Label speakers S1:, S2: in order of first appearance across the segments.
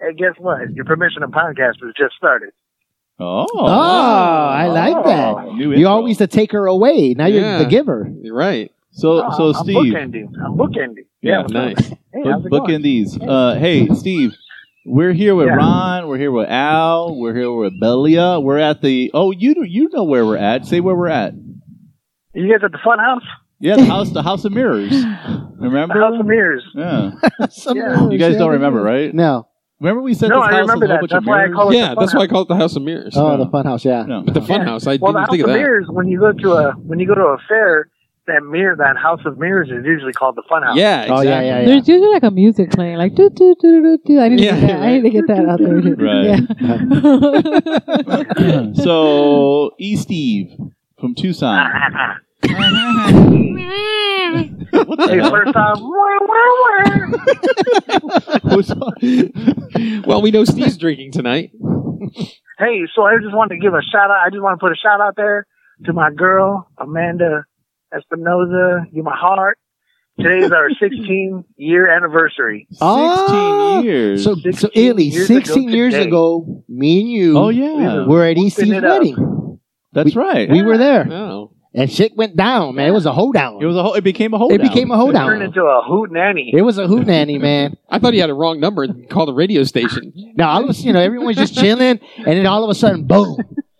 S1: and guess what? Your permission to podcast was just started.
S2: Oh,
S3: Oh, I like that.
S2: New
S3: You're
S2: intro.
S3: always the taker away. Now you're
S4: Yeah.
S3: the giver.
S4: You're right.
S2: so
S1: Oh,
S2: so
S1: I'm
S2: Steve.
S1: bookending. I'm bookending.
S2: Yeah,
S1: what's up?
S4: Nice.
S1: Hey,
S2: Book-
S1: how's it
S2: booking
S1: going?
S2: these. Uh, hey, Steve, we're here with
S1: Yeah.
S2: Ron. We're here with Al. We're here with Belia. We're at the. Oh, you do- you know where we're at. Say where we're at.
S1: You guys at the Fun House?
S2: Yeah, the house, the House of Mirrors.
S1: The
S2: Remember?
S1: House of Mirrors.
S2: Yeah.
S3: Some
S1: Yeah.
S3: moves,
S2: You guys
S3: yeah.
S2: don't remember, right?
S3: No.
S2: Remember we said
S1: No,
S2: this
S1: I
S2: house
S1: remember
S2: was a whole
S1: that.
S2: bunch
S1: That's
S2: of
S1: why I
S2: mirrors?
S1: call it
S4: Yeah,
S1: the
S4: that's
S1: fun
S4: why I call it the House of Mirrors.
S3: Oh,
S2: No.
S3: the funhouse. Yeah.
S2: No.
S4: But the fun
S1: Yeah.
S4: house, I
S1: Well, the
S4: didn't
S1: House
S4: think
S1: of
S4: of that.
S1: Mirrors. When you go to a when you go to a fair, that mirror, that House of Mirrors, is usually called the Fun House.
S4: Yeah,
S3: Oh,
S4: exactly.
S3: yeah, yeah, yeah.
S5: There's usually like a music playing, like do do do do do. I need to
S4: Yeah,
S5: get that. I need to get that out there. Yeah.
S2: so, E. Steve from Tucson. what the
S1: hey,
S2: hell?
S1: first off,
S2: What's up?
S4: Well, we know Steve's drinking tonight.
S1: hey, so I just wanted to give a shout out. I just want to put a shout out there to my girl Amanda Espinoza. You my heart. Today's our 16 year anniversary.
S3: Ah,
S2: 16 years.
S3: So, so
S1: 16
S3: Ely,
S1: years
S3: 16
S1: ago
S3: years
S1: today.
S3: ago, me and you
S2: oh, yeah.
S3: were at
S1: Whooping
S3: EC's
S1: it up.
S3: wedding.
S2: That's right.
S3: We were there.
S4: Oh.
S3: And shit went down, man. It was a hoedown.
S2: It was a whole, it became a whole
S3: It became a
S1: Turned
S3: hoedown.
S1: into a hoot nanny.
S3: It was a hootenanny, man.
S4: I thought he had a wrong number and called the radio station.
S3: Now, all of a sudden, you know, everyone's just chilling, and then all of a sudden, boom,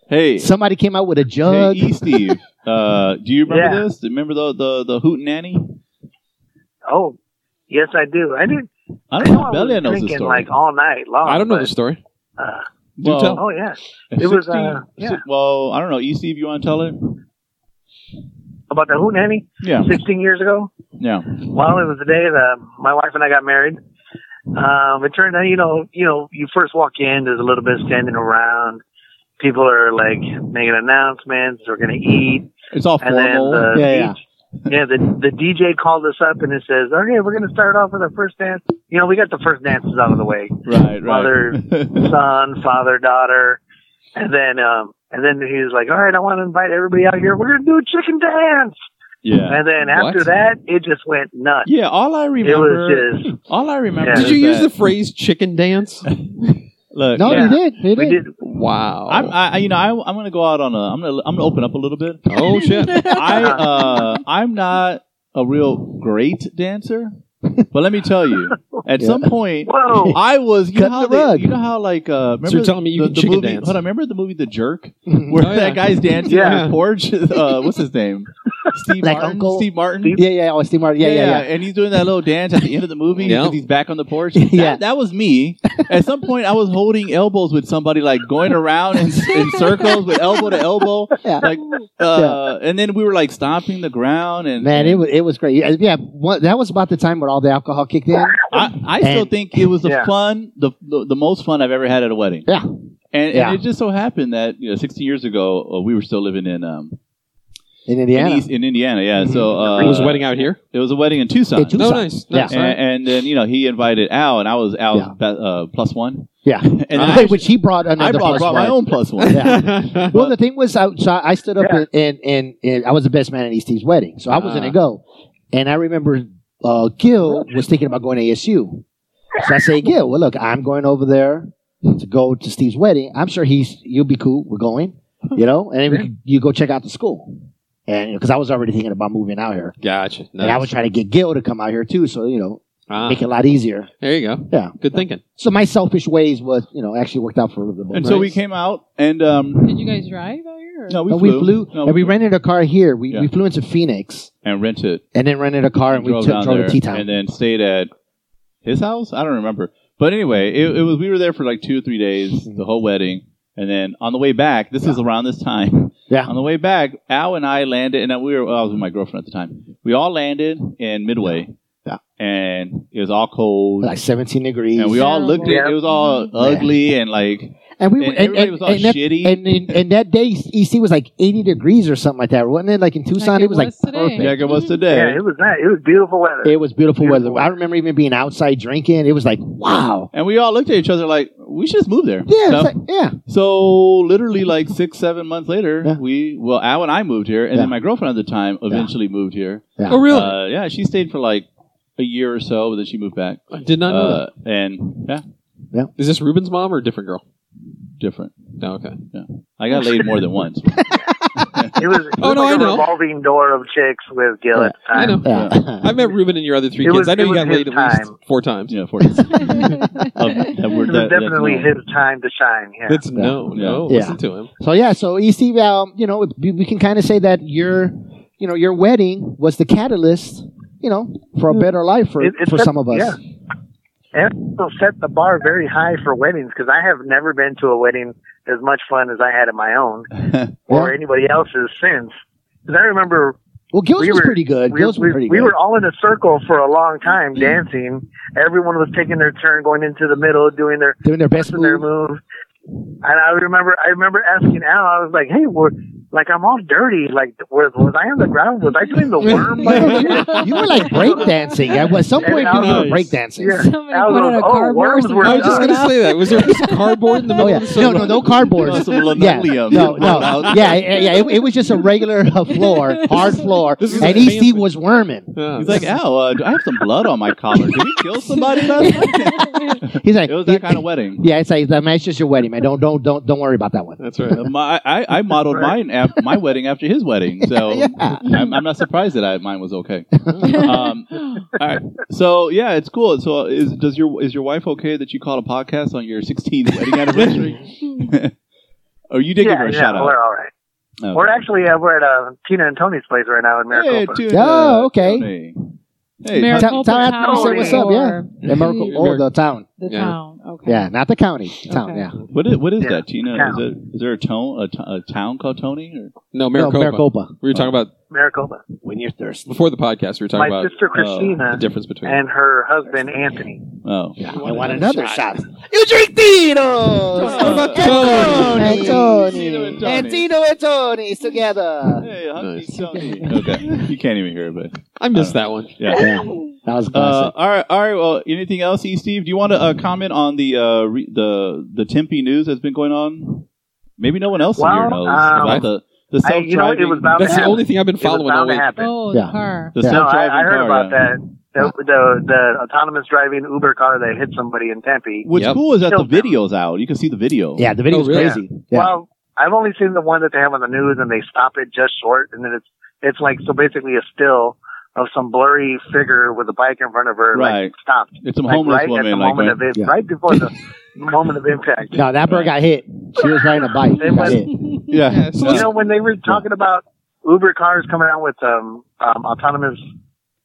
S2: Hey,
S3: somebody came out with a
S2: hey,
S3: jug.
S2: E. Steve. Uh, do you remember
S1: Yeah.
S2: this? Do you remember the the the hootenanny?
S1: Oh, yes, I do. I did.
S2: I
S1: I
S2: don't
S1: know
S2: know.
S1: I
S2: if
S1: was
S2: Belia knows the
S1: drinking,
S2: story.
S1: like all night long.
S4: I don't know the
S1: but,
S4: story.
S1: uh,
S2: Do
S4: Well,
S2: tell.
S1: oh yeah. it was, uh, yeah.
S2: Well, I don't know. E. Steve, you want to tell it?
S1: About the hoot nanny,
S2: Yeah.
S1: 16 years ago.
S2: Yeah.
S1: Well, it was the day that my wife and I got married. Um, it turned out, you know, you know, you first walk in, there's a little bit of standing around. People are like making announcements. We're gonna eat,
S2: It's all
S1: and then
S2: formal.
S1: the
S3: Yeah,
S1: D- yeah, the the DJ called us up and it says, okay, we're gonna start off with our first dance. You know, we got the first dances out of the way.
S2: right. Right.
S1: mother- son, father, daughter, and then um and then he was like, "All right, I want to invite everybody out here. We're gonna do a chicken dance."
S2: yeah.
S1: And then
S4: What?
S1: after that, it just went nuts.
S2: Yeah. All I
S1: It
S2: remember. Hmm.
S1: was just
S2: all I remember.
S1: Yeah.
S4: Did
S2: is
S4: you use
S2: that,
S4: the phrase chicken dance?
S2: look?
S3: No,
S1: yeah.
S3: you did.
S1: we
S3: You did.
S1: did.
S4: Wow.
S2: I'm, I, I- you know, I, I'm going to go out on a. I'm going to. I'm going to open up a little bit.
S4: oh, shit.
S2: I, uh, I'm not a real great dancer, but let me tell you, at
S3: Yeah.
S2: some point,
S1: Whoa!
S2: I was. You know
S3: Cut
S2: how
S3: the
S2: they-
S3: rug.
S2: You know how like. Uh, remember
S4: So you're telling me you
S2: the,
S4: can
S2: the
S4: chicken
S2: movie,
S4: dance?
S2: Hold on, remember the movie The Jerk, where
S4: Oh, yeah.
S2: that guy's dancing on
S4: Yeah.
S2: his porch. Uh, what's his name? Steve
S3: Like
S2: Martin.
S3: Uncle-
S2: Steve Martin.
S3: Yeah, yeah, oh, Steve Martin. Yeah, yeah,
S2: And he's doing that little dance at the end of the movie
S4: Yeah.
S2: because he's back on the porch.
S3: Yeah.
S2: That, that was me. At some point, I was holding elbows with somebody, like going around in, in circles with elbow to elbow.
S3: yeah.
S2: Like, uh, and then we were like stomping the ground. And
S3: Man, it was it was great. Yeah, Yeah, one, that was about the time when all the alcohol kicked in.
S2: I, I still
S3: And-
S2: think it was the
S1: Yeah.
S2: fun, the, the the most fun I've ever had at a wedding.
S3: Yeah.
S2: And,
S3: Yeah.
S2: and it just so happened that you know, 16 years ago, uh, we were still living in um
S3: in
S2: in,
S3: Indiana.
S2: East, in Indiana. Yeah.
S3: Mhm.
S2: So uh,
S4: it was a wedding out here.
S2: It was a wedding in Tucson.
S3: In Tucson.
S4: No, nice. nice.
S2: And, and then you know he invited Al, and I was Al's
S3: Yeah.
S2: be- uh, plus one.
S3: Yeah.
S2: and then
S3: Wait, which he brought
S2: I, I
S3: another
S2: brought,
S3: plus
S2: brought my
S3: one.
S2: own plus one.
S3: Yeah. Well, the thing was, I, so I stood up
S1: Yeah.
S3: and and, and and I was the best man at East Steve's wedding, so I was
S2: Uh-huh.
S4: Ah.
S3: gonna go. And I remember uh, Gil was thinking about going to ASU, so I say, Gil, well, look, I'm going over there to go to Steve's wedding. I'm sure he's you'll be cool. We're going, you know, and then we could, you go check out the school, and because I was already thinking about moving out here,
S4: Gotcha.
S3: and I
S4: Nice.
S3: was trying to get Gil to come out here too, so you know,
S4: Ah,
S3: make it a lot easier.
S4: there you go.
S3: Yeah.
S4: Good thinking.
S3: So my selfish ways was, you know, actually worked out for the both.
S2: and so we came out, and um,
S5: Did you guys drive out here? or-
S2: no, we
S3: No, we
S2: flew,
S3: flew,
S2: No,
S3: and we rented a car here. We,
S2: Yeah.
S3: we flew into Phoenix
S2: and rented,
S3: and then rented a car and, we took,
S2: down
S3: drove
S2: there
S3: to T-town.
S2: and then stayed at his house. I don't remember, but anyway, it, it was we were there for like two or three days, the whole wedding, and then on the way back, this is around this time.
S3: yeah,
S2: On the way back, Al and I landed, and we were well, I was with my girlfriend at the time. We all landed in Midway,
S3: Yeah.
S2: and it was all cold.
S3: like 17 degrees.
S2: and we all looked at it. It was all ugly and like
S3: and we
S2: and
S3: were-
S2: everybody was all
S3: and that,
S2: shitty.
S3: And, and, and that day, EC was like 80 degrees or something like that, wasn't it? Like in Tucson,
S5: Like
S3: it,
S5: it
S3: was like
S5: was today.
S3: perfect.
S2: yeah, like it was
S1: Yeah,
S2: today.
S1: it was that. It was beautiful weather.
S3: It was beautiful
S1: Beautiful.
S3: weather. I remember even being outside drinking. It was like, wow.
S2: And we all looked at each other like we should just move there.
S3: Yeah,
S2: So,
S3: it's like, yeah.
S2: so literally like six, seven months later,
S3: Yeah.
S2: we well Al and I moved here, and
S3: Yeah.
S2: then my girlfriend at the time
S3: Yeah.
S2: eventually moved here.
S4: Oh, really?
S2: Uh, yeah, she stayed for like a year or so, but then she moved back.
S4: I did not know
S2: Uh, and yeah,
S4: Is this Ruben's mom or a different girl?
S2: Different.
S4: No, okay.
S2: I got laid more than once.
S1: It was, it
S4: Oh,
S1: was
S4: no,
S1: like
S4: I
S1: a
S4: know.
S1: revolving door of chicks with Gil at the time.
S4: I know.
S3: Yeah.
S4: I've met Ruben and your other three
S1: It
S4: kids.
S1: was-
S4: I know
S1: it
S4: you
S1: was
S4: got laid
S1: his
S4: at least
S1: time.
S4: four times.
S2: Yeah, for of that word
S1: It
S2: that,
S1: was definitely
S2: that's known.
S1: his time to shine. Yeah.
S4: That's no,
S2: Yeah.
S3: Yeah.
S4: no. Oh, Listen to him.
S3: So yeah, so you see, um, you know, we we can kind of say that your, you know, your wedding was the catalyst, you know, for a better life for,
S1: It- it
S3: for
S1: set-
S3: some of us.
S1: yeah. And it also set the bar very high for weddings because I have never been to a wedding as much fun as I had at my own or
S3: Yeah.
S1: anybody else's since. Because I remember
S3: Well, Gil's
S1: we
S3: was
S1: were-
S3: pretty good.
S1: we,
S3: Gil's was
S1: we,
S3: pretty
S1: we
S3: good.
S1: were all in a circle for a long time dancing. Everyone was taking their turn going into the middle, doing their
S3: doing their best
S1: in their
S3: move.
S1: move. And I remember, I remember asking Al. I was like, "Hey, we're like I'm all dirty. Like, was, was I on the ground? Was I doing the worm?" by any chance?at
S3: you were like breakdancing. At what- some
S1: And
S3: point, you
S1: I
S3: were
S4: was-
S3: breakdancing.
S1: Yeah.
S5: Somebody
S1: I was
S5: put
S1: like,
S5: a
S1: oh,
S5: cardboard
S1: worms
S5: something
S1: were
S4: I
S5: on
S4: was just
S5: top.
S4: going to say that. Was there a piece of cardboard in the
S3: Oh
S4: middle
S3: yeah,
S4: of the
S3: no, no, no cardboards.
S2: Lots of linoleum.
S3: no, no,
S2: Loud.
S3: yeah, yeah, yeah. It, it was just a regular uh, floor, hard floor,
S4: This is
S3: and
S4: a
S3: EC
S4: fancy-
S3: was worming.
S4: Yeah.
S2: He's like, Al, uh, do I have some blood on my collar? Did we kill somebody last night?
S3: He's like,
S2: It was that kind of wedding.
S3: yeah, it's like, man, it's just your wedding, man. Don't, don't, don't, don't worry about that one.
S4: That's right.
S2: Uh, My, I, I modeled mine af- my wedding after his wedding, so
S3: Yeah.
S2: I'm, I'm not surprised that I, mine was okay.
S1: Mm.
S2: Um, all right, so yeah, it's cool. So is does your is your wife okay that you called a podcast on your 16th wedding anniversary? Or you did give her
S1: yeah,
S2: a
S1: yeah,
S2: shout out?
S1: we're all right.
S2: Okay.
S1: We're actually uh, we're at uh, Tina and Tony's place right now in
S2: Hey,
S1: Maricopa.
S2: Tuna.
S3: Oh, okay.
S2: Tony. Hey,
S5: Miracle
S3: tell- tell Anthony
S5: Town
S1: say what's
S3: up, yeah.
S5: or
S3: The miracle, oh, the town.
S5: The
S4: Yeah.
S5: town. Okay.
S3: Yeah, not the county. The town,
S5: Okay.
S3: yeah.
S2: what is, what is
S1: Yeah,
S2: that, Tina?
S1: town.
S2: Is, it, is there a, tone, a, to- a town called Tony? Or?
S4: No, Maricopa.
S3: No, Maricopa.
S4: We were talking about
S1: Maricopa.
S3: When you're thirsty.
S4: before the podcast. We were
S1: My
S4: talking about uh,
S1: sister Christina
S4: the difference between.
S1: and her husband Anthony.
S2: Oh,
S3: Yeah, I want another shot. You drink Tito's!
S2: What about
S3: Tony?
S2: Tony? Tito
S3: Tony.
S2: and Tony.
S3: And Tito and Tony's together.
S2: Hey, Humpty
S4: Nice.
S2: Tony. Okay, you can't even hear it, but
S4: I missed that one.
S2: yeah.
S3: Yeah, that was
S2: Uh,
S3: classic.
S2: all right, all right. Well, anything else, E. Steve? Do you want to uh, comment on the uh, re- the the Tempe news that's been going on? Maybe no one else in here
S1: Well,
S2: knows
S1: um,
S2: about the the
S1: I-
S2: self
S1: you know,
S2: driving.
S1: it was bound
S4: That's
S1: to
S4: the
S1: happen.
S4: only thing I've been
S1: It was
S4: following all
S1: bound to
S4: week.
S1: happen.
S5: Oh, the
S3: Yeah.
S5: car.
S2: the
S3: Yeah.
S1: No,
S2: self
S1: I,
S2: driving
S1: I heard
S2: car,
S1: about
S2: yeah.
S1: that. The, the the autonomous driving Uber car that hit somebody in Tempe.
S2: What's
S4: Yep.
S2: cool is that the
S1: Still-
S2: video's out. You can see the video.
S3: yeah, the video was
S4: oh, really?
S3: crazy. Yeah.
S1: Well, I've only seen the one that they have on the news, and they stop it just short, and then it's it's like so basically a still of some blurry figure with a bike in front of her,
S2: Right.
S1: like stopped,
S2: it's some
S1: like
S2: homeless
S1: right at the
S2: woman. Like, uh,
S1: moment
S2: right-
S1: of it,
S3: Yeah.
S1: right before the moment of impact.
S3: no, that bird got hit. She was riding a bike.
S1: It
S3: She got
S1: was-
S3: hit.
S2: yeah.
S4: Yeah, so
S1: You know, when they were talking about Uber cars coming out with um, um autonomous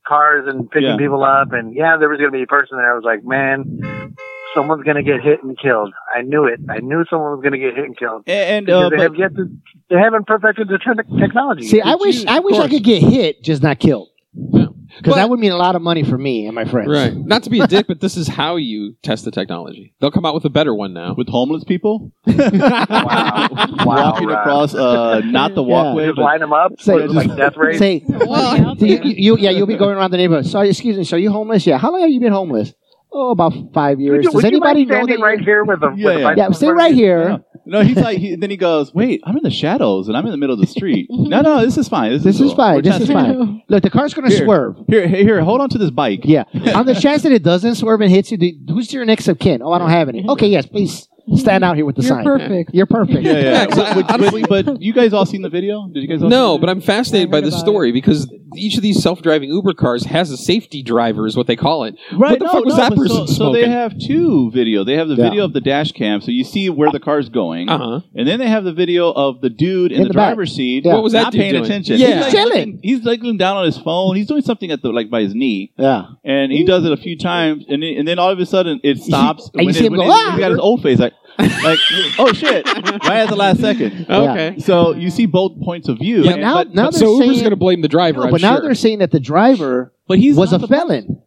S1: cars and picking
S2: Yeah.
S1: people up, and yeah, there was going to be a person there. I was like, man, someone's going to get hit and killed. I knew it. I knew someone was going to get hit and killed.
S2: And, and
S1: Because
S2: uh,
S1: they
S2: but
S1: have yet to, they haven't perfected the te- technology.
S3: See, I wish
S4: you-
S3: I
S4: of
S3: wish I
S4: course.
S3: could get hit, just not killed.
S4: Yeah.
S3: Because that
S4: But-
S3: would mean a lot of money for me and my friends.
S4: Right. Not to be a dick, but this is how you test the technology. They'll come out with a better one now.
S2: with homeless people
S1: wow, wow,
S2: walking
S1: Rob.
S2: across uh, not the
S3: Yeah.
S2: walkway,
S1: Just
S2: but
S1: line them up,
S3: Say-
S1: or like death race.
S3: Say,
S5: Well,
S3: you, you, you- yeah, you'll be going around the neighborhood. Sorry, excuse me. So you homeless? Yeah. How long have you been homeless? Oh, about five years.
S1: would you,
S3: Does
S1: would you mind
S3: anybody know that?
S1: standing right here with a
S2: Yeah,
S1: with a
S2: yeah.
S1: bicycle
S3: yeah, stay
S1: in front of
S3: right
S1: you?
S2: Yeah.
S3: here.
S2: No, he's like, he, then he goes, wait, I'm in the shadows and I'm in the middle of the street. no, no, this is fine. This,
S3: This is
S2: cool.
S3: fine.
S2: We're
S3: This
S2: testing
S3: is
S2: it.
S3: fine. Look, the car's going to
S2: Here.
S3: swerve.
S2: Here, hey, here, hold on to this bike.
S3: Yeah. On the chance that it doesn't swerve and hits you, do- who's your next of kin? Oh, I don't have any. Okay, yes, please stand out here with the
S5: You're
S3: sign.
S5: perfect.
S3: You're perfect.
S2: Yeah, yeah.
S4: Yeah, 'cause I-
S2: But- but-
S4: honestly-
S2: but you guys all seen the video? Did you guys all
S4: No,
S2: see the
S4: but I'm fascinated
S5: I
S4: by
S5: heard
S4: this
S5: about
S4: story because each of these self-driving Uber cars has a safety driver, is what they call it.
S2: video? right,
S4: what the
S2: no,
S4: fuck was
S2: no,
S4: that
S2: but so,
S4: person
S2: so
S4: smoking?
S2: they have two video. They have the
S3: Yeah.
S2: video of the dash cam, so you see where the car's going,
S4: Uh huh.
S2: and then they have the video of the dude in,
S3: In
S2: the,
S3: the back.
S2: driver's seat.
S3: Yeah.
S4: What was that
S2: not
S4: dude
S2: paying
S4: doing?
S2: attention?
S4: Yeah.
S2: he's like
S3: Chilling.
S2: looking- He's like looking down on his phone. He's doing something at the like by his knee,
S3: Yeah.
S2: and he does it a few times, and then, and then all of a sudden it stops.
S3: And you
S2: When
S3: see
S2: it-
S3: him
S2: when
S3: go,
S2: it-
S3: "Ah!"
S2: He got his old face like, like oh shit, right at the last second.
S4: Okay.
S2: So you see both points of view.
S4: Yeah,
S2: and-
S3: now-
S2: but,
S3: now
S2: but-
S3: they're
S4: So Uber's
S3: saying-
S4: going to blame the driver.
S3: No,
S4: I'm
S3: but now
S4: sure.
S3: they're saying that the driver
S2: but he's
S3: was
S2: not
S3: a
S2: the-
S3: felon.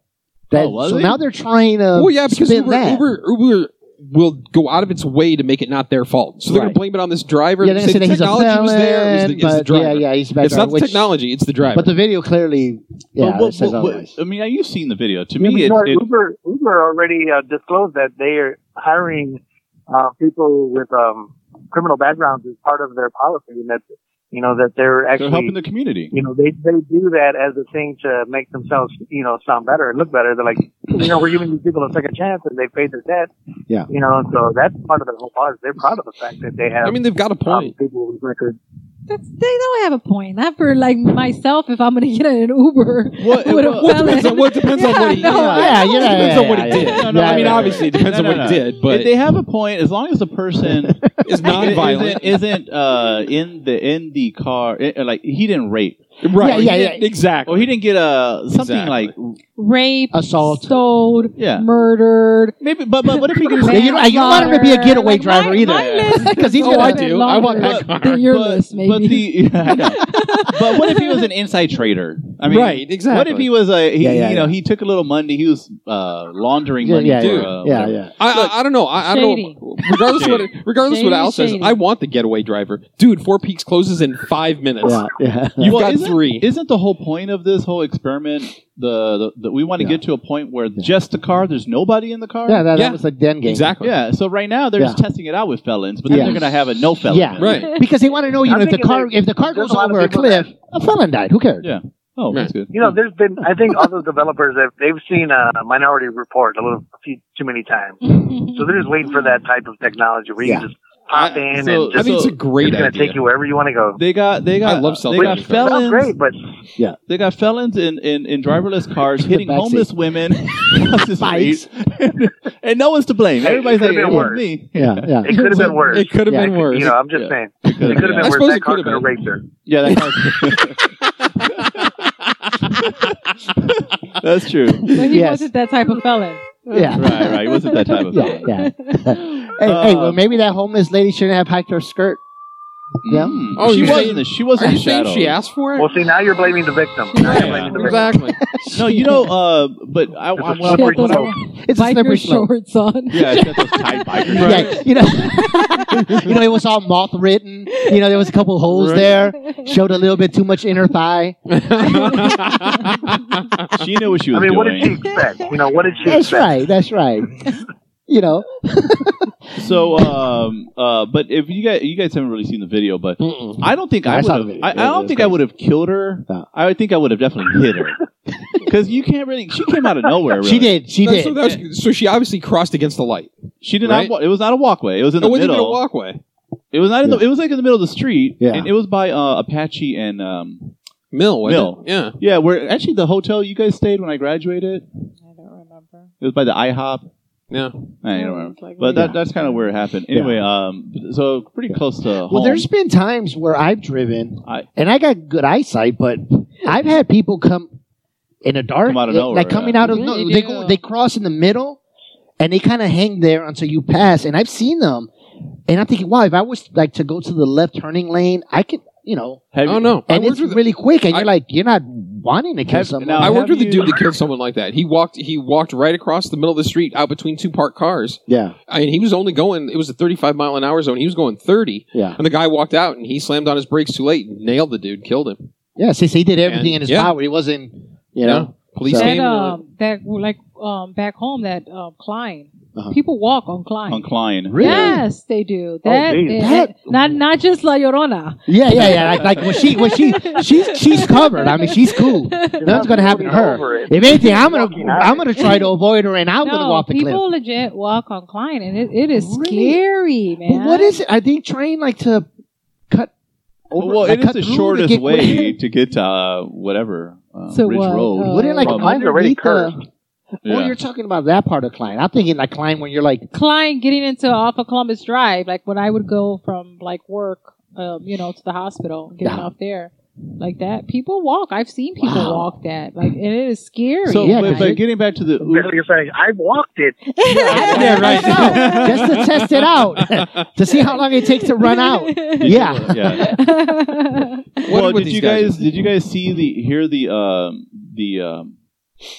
S3: That,
S2: Oh, was
S3: so
S2: he?
S3: now they're trying to
S4: Well, yeah, because
S3: spin
S4: Uber,
S3: that.
S4: Uber, Uber will go out of its way to make it not their fault. So they're going
S3: Right.
S4: to blame it on this driver.
S3: yeah,
S4: and
S3: they're
S4: say
S3: saying that
S4: the
S3: he's a
S4: technology
S3: felon,
S4: was there. It was the, it's the
S3: but yeah,
S4: driver.
S3: yeah, he's a bad
S4: It's
S3: driver,
S4: not the
S3: which-
S4: technology. It's the driver.
S3: But the video clearly, yeah,
S2: But what-
S3: it says
S2: what- what-
S3: otherwise.
S2: I mean, you've seen the video. To
S1: Yeah, but
S2: me, it,
S1: no,
S2: it,
S1: Uber Uber already uh, disclosed that they are hiring uh, people with um, criminal backgrounds as part of their policy, and that You know that they're
S2: They're helping
S1: actually,
S2: the community.
S1: you know, they they do that as a thing to make themselves, you know, sound better and look better. They're like, you know, we're giving these people a second chance, and they paid their debt.
S3: Yeah.
S1: You know, so that's part of the whole cause. They're proud of the fact that they have
S4: I mean, they've got a
S1: um,
S4: point.
S1: people with records.
S5: That's, they don't have a point. Not for like myself. If I'm gonna get in an Uber
S2: What-
S5: with a
S2: what-
S4: Well, it
S5: felon.
S4: depends on, well, it depends on what he
S5: Yeah, no,
S4: yeah,
S3: yeah, yeah,
S4: it depends
S3: yeah,
S4: on what he
S3: yeah,
S4: did.
S3: yeah.
S2: No, no,
S4: I mean,
S2: no, no.
S4: obviously, it
S2: No,
S4: depends on
S2: no,
S4: what
S2: no.
S4: he did, but
S2: they have a point as long as the person
S4: it's nonviolent.
S2: isn't, isn't uh in the in the car i- like he didn't rape
S4: right.
S3: Yeah,
S4: he
S3: yeah,
S4: did-
S3: yeah.
S4: Exactly.
S2: or he didn't get a something
S4: Exactly.
S2: like
S5: rape,
S3: Assault.
S5: sold,
S2: yeah
S5: murdered.
S2: maybe but but what if he gets
S3: Yeah, you don't, you don't want him to be a getaway driver either, because he's
S4: Oh,
S3: gonna.
S4: I do. I want that
S5: But-
S4: car.
S5: Your
S2: but,
S5: list, maybe.
S2: but the yeah, I know. but what if he was an inside trader I mean
S4: right. Exactly.
S2: What if he was a he,
S3: Yeah, yeah,
S2: you know
S3: yeah.
S2: he took a little money he was uh, laundering
S3: Yeah,
S2: money
S3: yeah,
S2: for,
S4: yeah.
S2: uh,
S3: yeah,
S2: whatever.
S3: yeah.
S4: I, I, I don't know. I, I don't
S5: Shady.
S4: know. Regardless of what it- regardless of what
S5: Shady,
S4: Al says,
S5: shady.
S4: I want the getaway driver, dude. Four Peaks closes in five minutes.
S3: yeah, yeah.
S4: You've
S2: Well,
S4: got
S2: isn't-
S4: three.
S2: Isn't the whole point of this whole experiment the, the, the we want to
S3: Yeah.
S2: get to a point where just the car, there's nobody in the car?
S3: Yeah, that,
S4: Yeah.
S3: that was like Den game.
S4: exactly.
S2: Yeah, so right now they're just testing it out with felons, but then
S3: Yeah.
S2: they're going to have a no felon.
S3: Yeah.
S4: Right.
S3: Because they want to know, you
S1: I'm
S3: know, if the
S1: thinking,
S3: car
S1: like,
S3: if the car
S1: there's
S3: goes
S1: a lot of
S3: over a
S1: people
S3: cliff, a felon died. Who cares?
S2: Yeah. Oh, that's good.
S1: You know, there's been I think all those developers have they've seen uh, Minority Report a little a few, too many times, so they're just waiting for that type of technology where
S3: Yeah.
S1: you just pop in
S2: so-
S1: and
S4: I
S1: just,
S4: mean, it's a
S2: So,
S4: great
S1: it's going to
S4: idea.
S1: take you wherever you want to go.
S2: They got they got
S4: I love Oh,
S2: they got
S4: self-driving cars.
S1: Sounds
S2: felons
S1: great, but
S2: they got felons in, in, in driverless cars hitting
S3: backseat.
S2: homeless women across the
S3: Bikes.
S2: street. and no one's to blame.
S1: Hey, it
S2: Everybody's like,
S1: could've
S2: it
S1: been
S2: was
S1: worse."
S2: me.
S3: Yeah, yeah.
S1: it could have been worse.
S4: It could have
S3: Yeah,
S4: been worse.
S1: You know, I'm just
S2: Yeah.
S1: saying
S2: It could've
S1: it could have
S4: I
S1: been
S4: suppose
S1: worse.
S4: it
S1: That car
S4: could've
S1: could have
S4: been.
S1: raped her.
S2: Yeah, that That's true.
S5: But he
S3: Yes.
S5: wasn't that type of felon.
S3: Yeah.
S2: Right, right. It wasn't that type of
S3: Yeah,
S2: felon.
S3: yeah. Hey, hey, well, maybe that homeless lady shouldn't have hiked her skirt. Yeah.
S2: Mm.
S4: Oh,
S2: she
S4: you're
S2: was
S4: saying-
S2: in the she was
S4: Are
S2: in
S4: you
S2: the
S4: saying
S2: shadow.
S4: she asked for it?
S1: Well, see, now you're blaming the victim. Now
S2: Yeah.
S1: you're blaming the victim.
S4: exactly.
S2: No, you know, uh, but I, I,
S1: That's a
S2: well,
S1: slippery
S5: those
S1: slope.
S3: It's a
S5: biker
S3: slippery slope.
S5: shorts on.
S2: yeah, it's got those tight bikers.
S3: Yeah, you know, you know, it was all moth written. You know, there was a couple holes
S4: Right.
S3: there. Showed a little bit too much inner thigh.
S2: She knew what she was
S1: I mean,
S2: doing.
S1: what did she expect? You know, what did she
S3: That's
S1: expect?
S3: right. That's right. You know,
S2: So, um, uh, but if you guys, you guys haven't really seen the video, but
S4: Mm-mm.
S2: I don't think
S3: I
S2: I would
S3: saw the
S2: have.
S3: video.
S2: I, I
S3: It
S2: don't
S3: was
S2: think I
S3: crazy.
S2: would have killed her.
S3: No.
S2: I would think I would have definitely hit her because you can't really. She came out of nowhere. Really.
S3: she did. She
S4: That's- so,
S3: did.
S4: that was- so she obviously crossed against the light.
S2: She did
S4: Right?
S2: not. wa- It was not a walkway. It was in
S4: Oh, It
S2: the
S4: wasn't
S2: middle.
S4: even a walkway.
S2: It was not. In the, it was like in the middle of the street.
S3: Yeah.
S2: And it was by uh, Apache and um.
S4: Mill. wasn't
S2: Mill.
S4: it? Yeah.
S2: Yeah, where actually the hotel you guys stayed when I graduated.
S5: I don't remember.
S2: It was by the IHOP.
S4: Yeah.
S2: I don't remember. But that, that's kind of where it happened.
S3: Yeah.
S2: Anyway, um, so pretty close to home.
S3: Well, there's been times where I've driven,
S2: I-
S3: and I got good eyesight, but I've had people come in the dark,
S2: Come out of
S3: like-
S2: nowhere,
S3: like coming
S2: yeah.
S3: out of
S5: Yeah,
S3: no,
S5: they
S3: they
S5: do.
S3: go, they cross in the middle, and they kind of hang there until you pass. And I've seen them, and I'm thinking, wow, if I was like to go to the left turning lane, I could, you know,
S2: Have
S4: Oh
S2: you-
S4: no. I
S3: and
S4: worked
S3: it's
S4: with a-
S3: really quick, and
S4: I-
S3: you're like, you're not wanting to kill
S2: Have-
S3: someone.
S2: now-
S4: I worked
S2: have
S4: with a
S2: you-
S4: dude that killed someone like that. He walked. He walked right across the middle of the street, out between two parked cars.
S3: yeah,
S4: I mean, he was only going. It was a 35 mile an hour zone. He was going 30,
S3: yeah,
S4: and the guy walked out, and he slammed on his brakes too late, and nailed the dude, killed him.
S3: yeah. Since he did everything
S4: And-
S3: in his
S4: yeah.
S3: power, he wasn't, you know,
S4: police
S3: So-
S4: came.
S5: that,
S4: and, uh,
S5: um, that like um, back home that um, Klein.
S3: Uh-huh.
S5: People walk on Klein.
S2: on Klein.
S3: Really?
S5: Yes, they
S2: Oh,
S5: do. That,
S1: geez.
S5: is-
S3: That-
S5: not not just La Llorona.
S3: yeah, yeah, yeah. Like, like well, she, well, she, she's she's covered. I mean, she's cool.
S1: You're
S3: Nothing's
S1: not
S3: gonna happen to
S1: getting
S3: her.
S1: over it.
S3: If anything, I'm gonna
S1: Walking out.
S3: I'm gonna try to avoid her, and I'm gonna go off the cliff.
S5: people legit walk on Klein, and it, it is
S3: Really?
S5: scary, man.
S3: But what is it? I think trying like to cut. Over,
S2: well, it
S3: like,
S2: is
S3: cut
S2: the
S3: through to
S2: shortest
S3: get-
S2: way to get to uh, whatever uh,
S5: So
S2: Ridge
S5: what,
S2: Road.
S5: uh,
S3: Wouldn't like
S2: Well,
S1: mine's already
S3: underneath the?
S2: yeah.
S3: Oh, you're talking about that part of Klein. I'm thinking like Klein when you're like,
S5: Klein getting into off of Columbus Drive, like when I would go from like work, um, you know, to the hospital, getting
S3: Yeah.
S5: off there, like that. People walk. I've seen people
S3: Wow.
S5: walk that, like, and it is scary.
S2: so,
S3: Yeah,
S2: but,
S3: 'cause
S2: but
S3: you-
S2: getting back to the
S1: That's what
S2: Uber,
S1: You're saying I walked it.
S3: yeah, right, now, just to test it out to see how long it takes to run out. Yeah,
S2: yeah.
S4: What
S2: well,
S4: would
S2: did
S4: these
S2: you
S4: guys
S2: guys, did you guys see the hear the um, the um,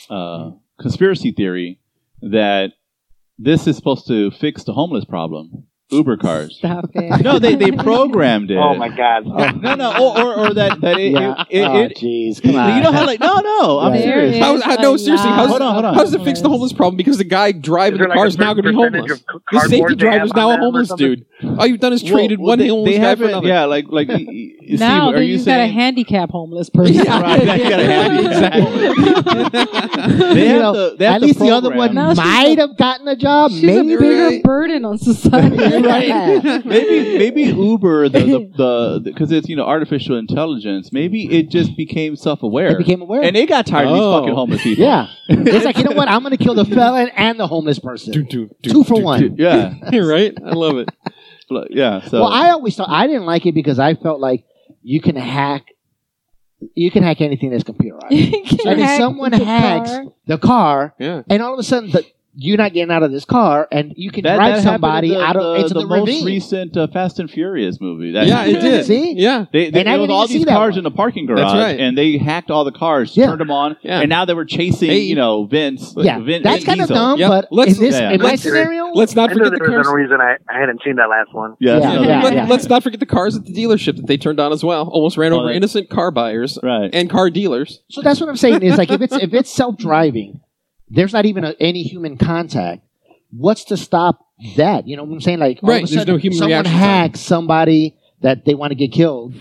S2: uh, conspiracy theory that this is supposed to fix the homeless problem? Uber cars.
S5: Stop it.
S2: No, they they programmed it.
S1: Oh my god!
S2: No, no, or or, or that that it,
S3: yeah.
S2: it, it,
S3: oh,
S2: it
S3: jeez, come on.
S2: you know how like no no I'm
S3: Right.
S5: There
S2: serious.
S5: is
S4: How- how- no,
S5: a
S4: seriously,
S5: lot
S4: how's-
S2: hold on, hold on.
S5: of
S4: How does it fix the homeless problem? Because the guy driving
S1: Is there
S4: the car
S1: like a
S4: is now
S1: certain
S4: going to be
S1: percentage
S4: homeless.
S1: of c-
S4: The
S1: cardboard
S4: safety
S1: they have
S4: driver's
S1: on
S4: now a
S1: them or
S4: homeless
S1: something?
S4: dude. All you've done is
S2: Well,
S4: traded
S2: well,
S4: one
S2: they,
S4: homeless
S2: they
S4: guy for
S2: haven't-
S4: another.
S2: Yeah, like like y- y- Steve,
S5: now
S2: are
S5: then
S2: you
S5: you've got a
S2: saying
S5: handicap homeless person.
S4: Yeah.
S2: right, now you got a handicap
S4: exactly.
S2: they
S3: You
S2: have
S3: know,
S2: the, they have
S3: At least the other
S2: program.
S3: one
S5: No, she's
S3: might have gotten a job.
S5: She's a
S3: Maybe.
S5: bigger burden on society.
S3: Yeah.
S2: maybe maybe Uber the the because it's you know artificial intelligence. Maybe it just became self
S3: They
S2: aware
S3: became aware.
S2: and they got tired of these
S4: Oh.
S2: fucking homeless people.
S3: yeah. It's like, you know what? I'm going to kill the felon and the homeless
S4: Do,
S3: person.
S4: do, do,
S3: Two for
S4: do,
S3: one.
S2: yeah,
S4: do. right? I love it.
S2: Like, yeah. So
S3: Well, I always thought I didn't like it because I felt like you can hack, you can hack anything that's computerized.
S5: Can
S3: I mean,
S5: hack
S3: someone
S5: the
S3: hacks
S5: car.
S3: the car,
S4: Yeah.
S3: and all of a sudden, the, you're not getting out of this car, and you can
S2: that,
S3: drive
S2: that happened in
S3: somebody
S2: the,
S3: out of
S2: the,
S3: into the,
S2: the most
S3: ravine.
S2: recent uh, Fast and Furious movie. That
S4: Yeah, it did.
S3: See?
S4: Yeah.
S2: They, they,
S3: And I
S2: there was
S3: didn't
S2: all
S3: even see
S2: these
S3: that
S2: cars
S3: one.
S2: in the parking garage,
S4: That's right.
S2: and they hacked all the cars,
S3: Yeah.
S2: turned them on,
S4: Yeah.
S2: and now they were chasing,
S4: Hey.
S2: you know, Vince.
S3: yeah,
S2: Vin,
S3: that's
S2: Vin
S3: kind of
S2: Diesel.
S3: dumb,
S4: Yep.
S3: but
S4: Let's-
S3: in this,
S2: Yeah.
S3: in my
S4: Let's-
S3: scenario,
S4: Let's not
S1: I know
S4: forget the
S1: there was no
S4: cars.
S1: reason I, I hadn't seen that last one.
S2: Yeah,
S3: Yeah,
S2: so-
S3: yeah,
S4: Let,
S3: yeah.
S4: us not forget the cars at the dealership that they turned on as well. Almost ran
S2: Oh,
S4: over
S2: that-
S4: innocent car buyers
S2: Right.
S4: and car dealers.
S3: so that's what I'm saying is like if it's if it's self driving, there's not even a, any human contact. What's to stop that? You know what I'm saying? Like all
S4: Right,
S3: of a
S4: there's
S3: sudden,
S4: no human
S3: someone
S4: reaction time.
S3: hacks somebody that they want to get killed,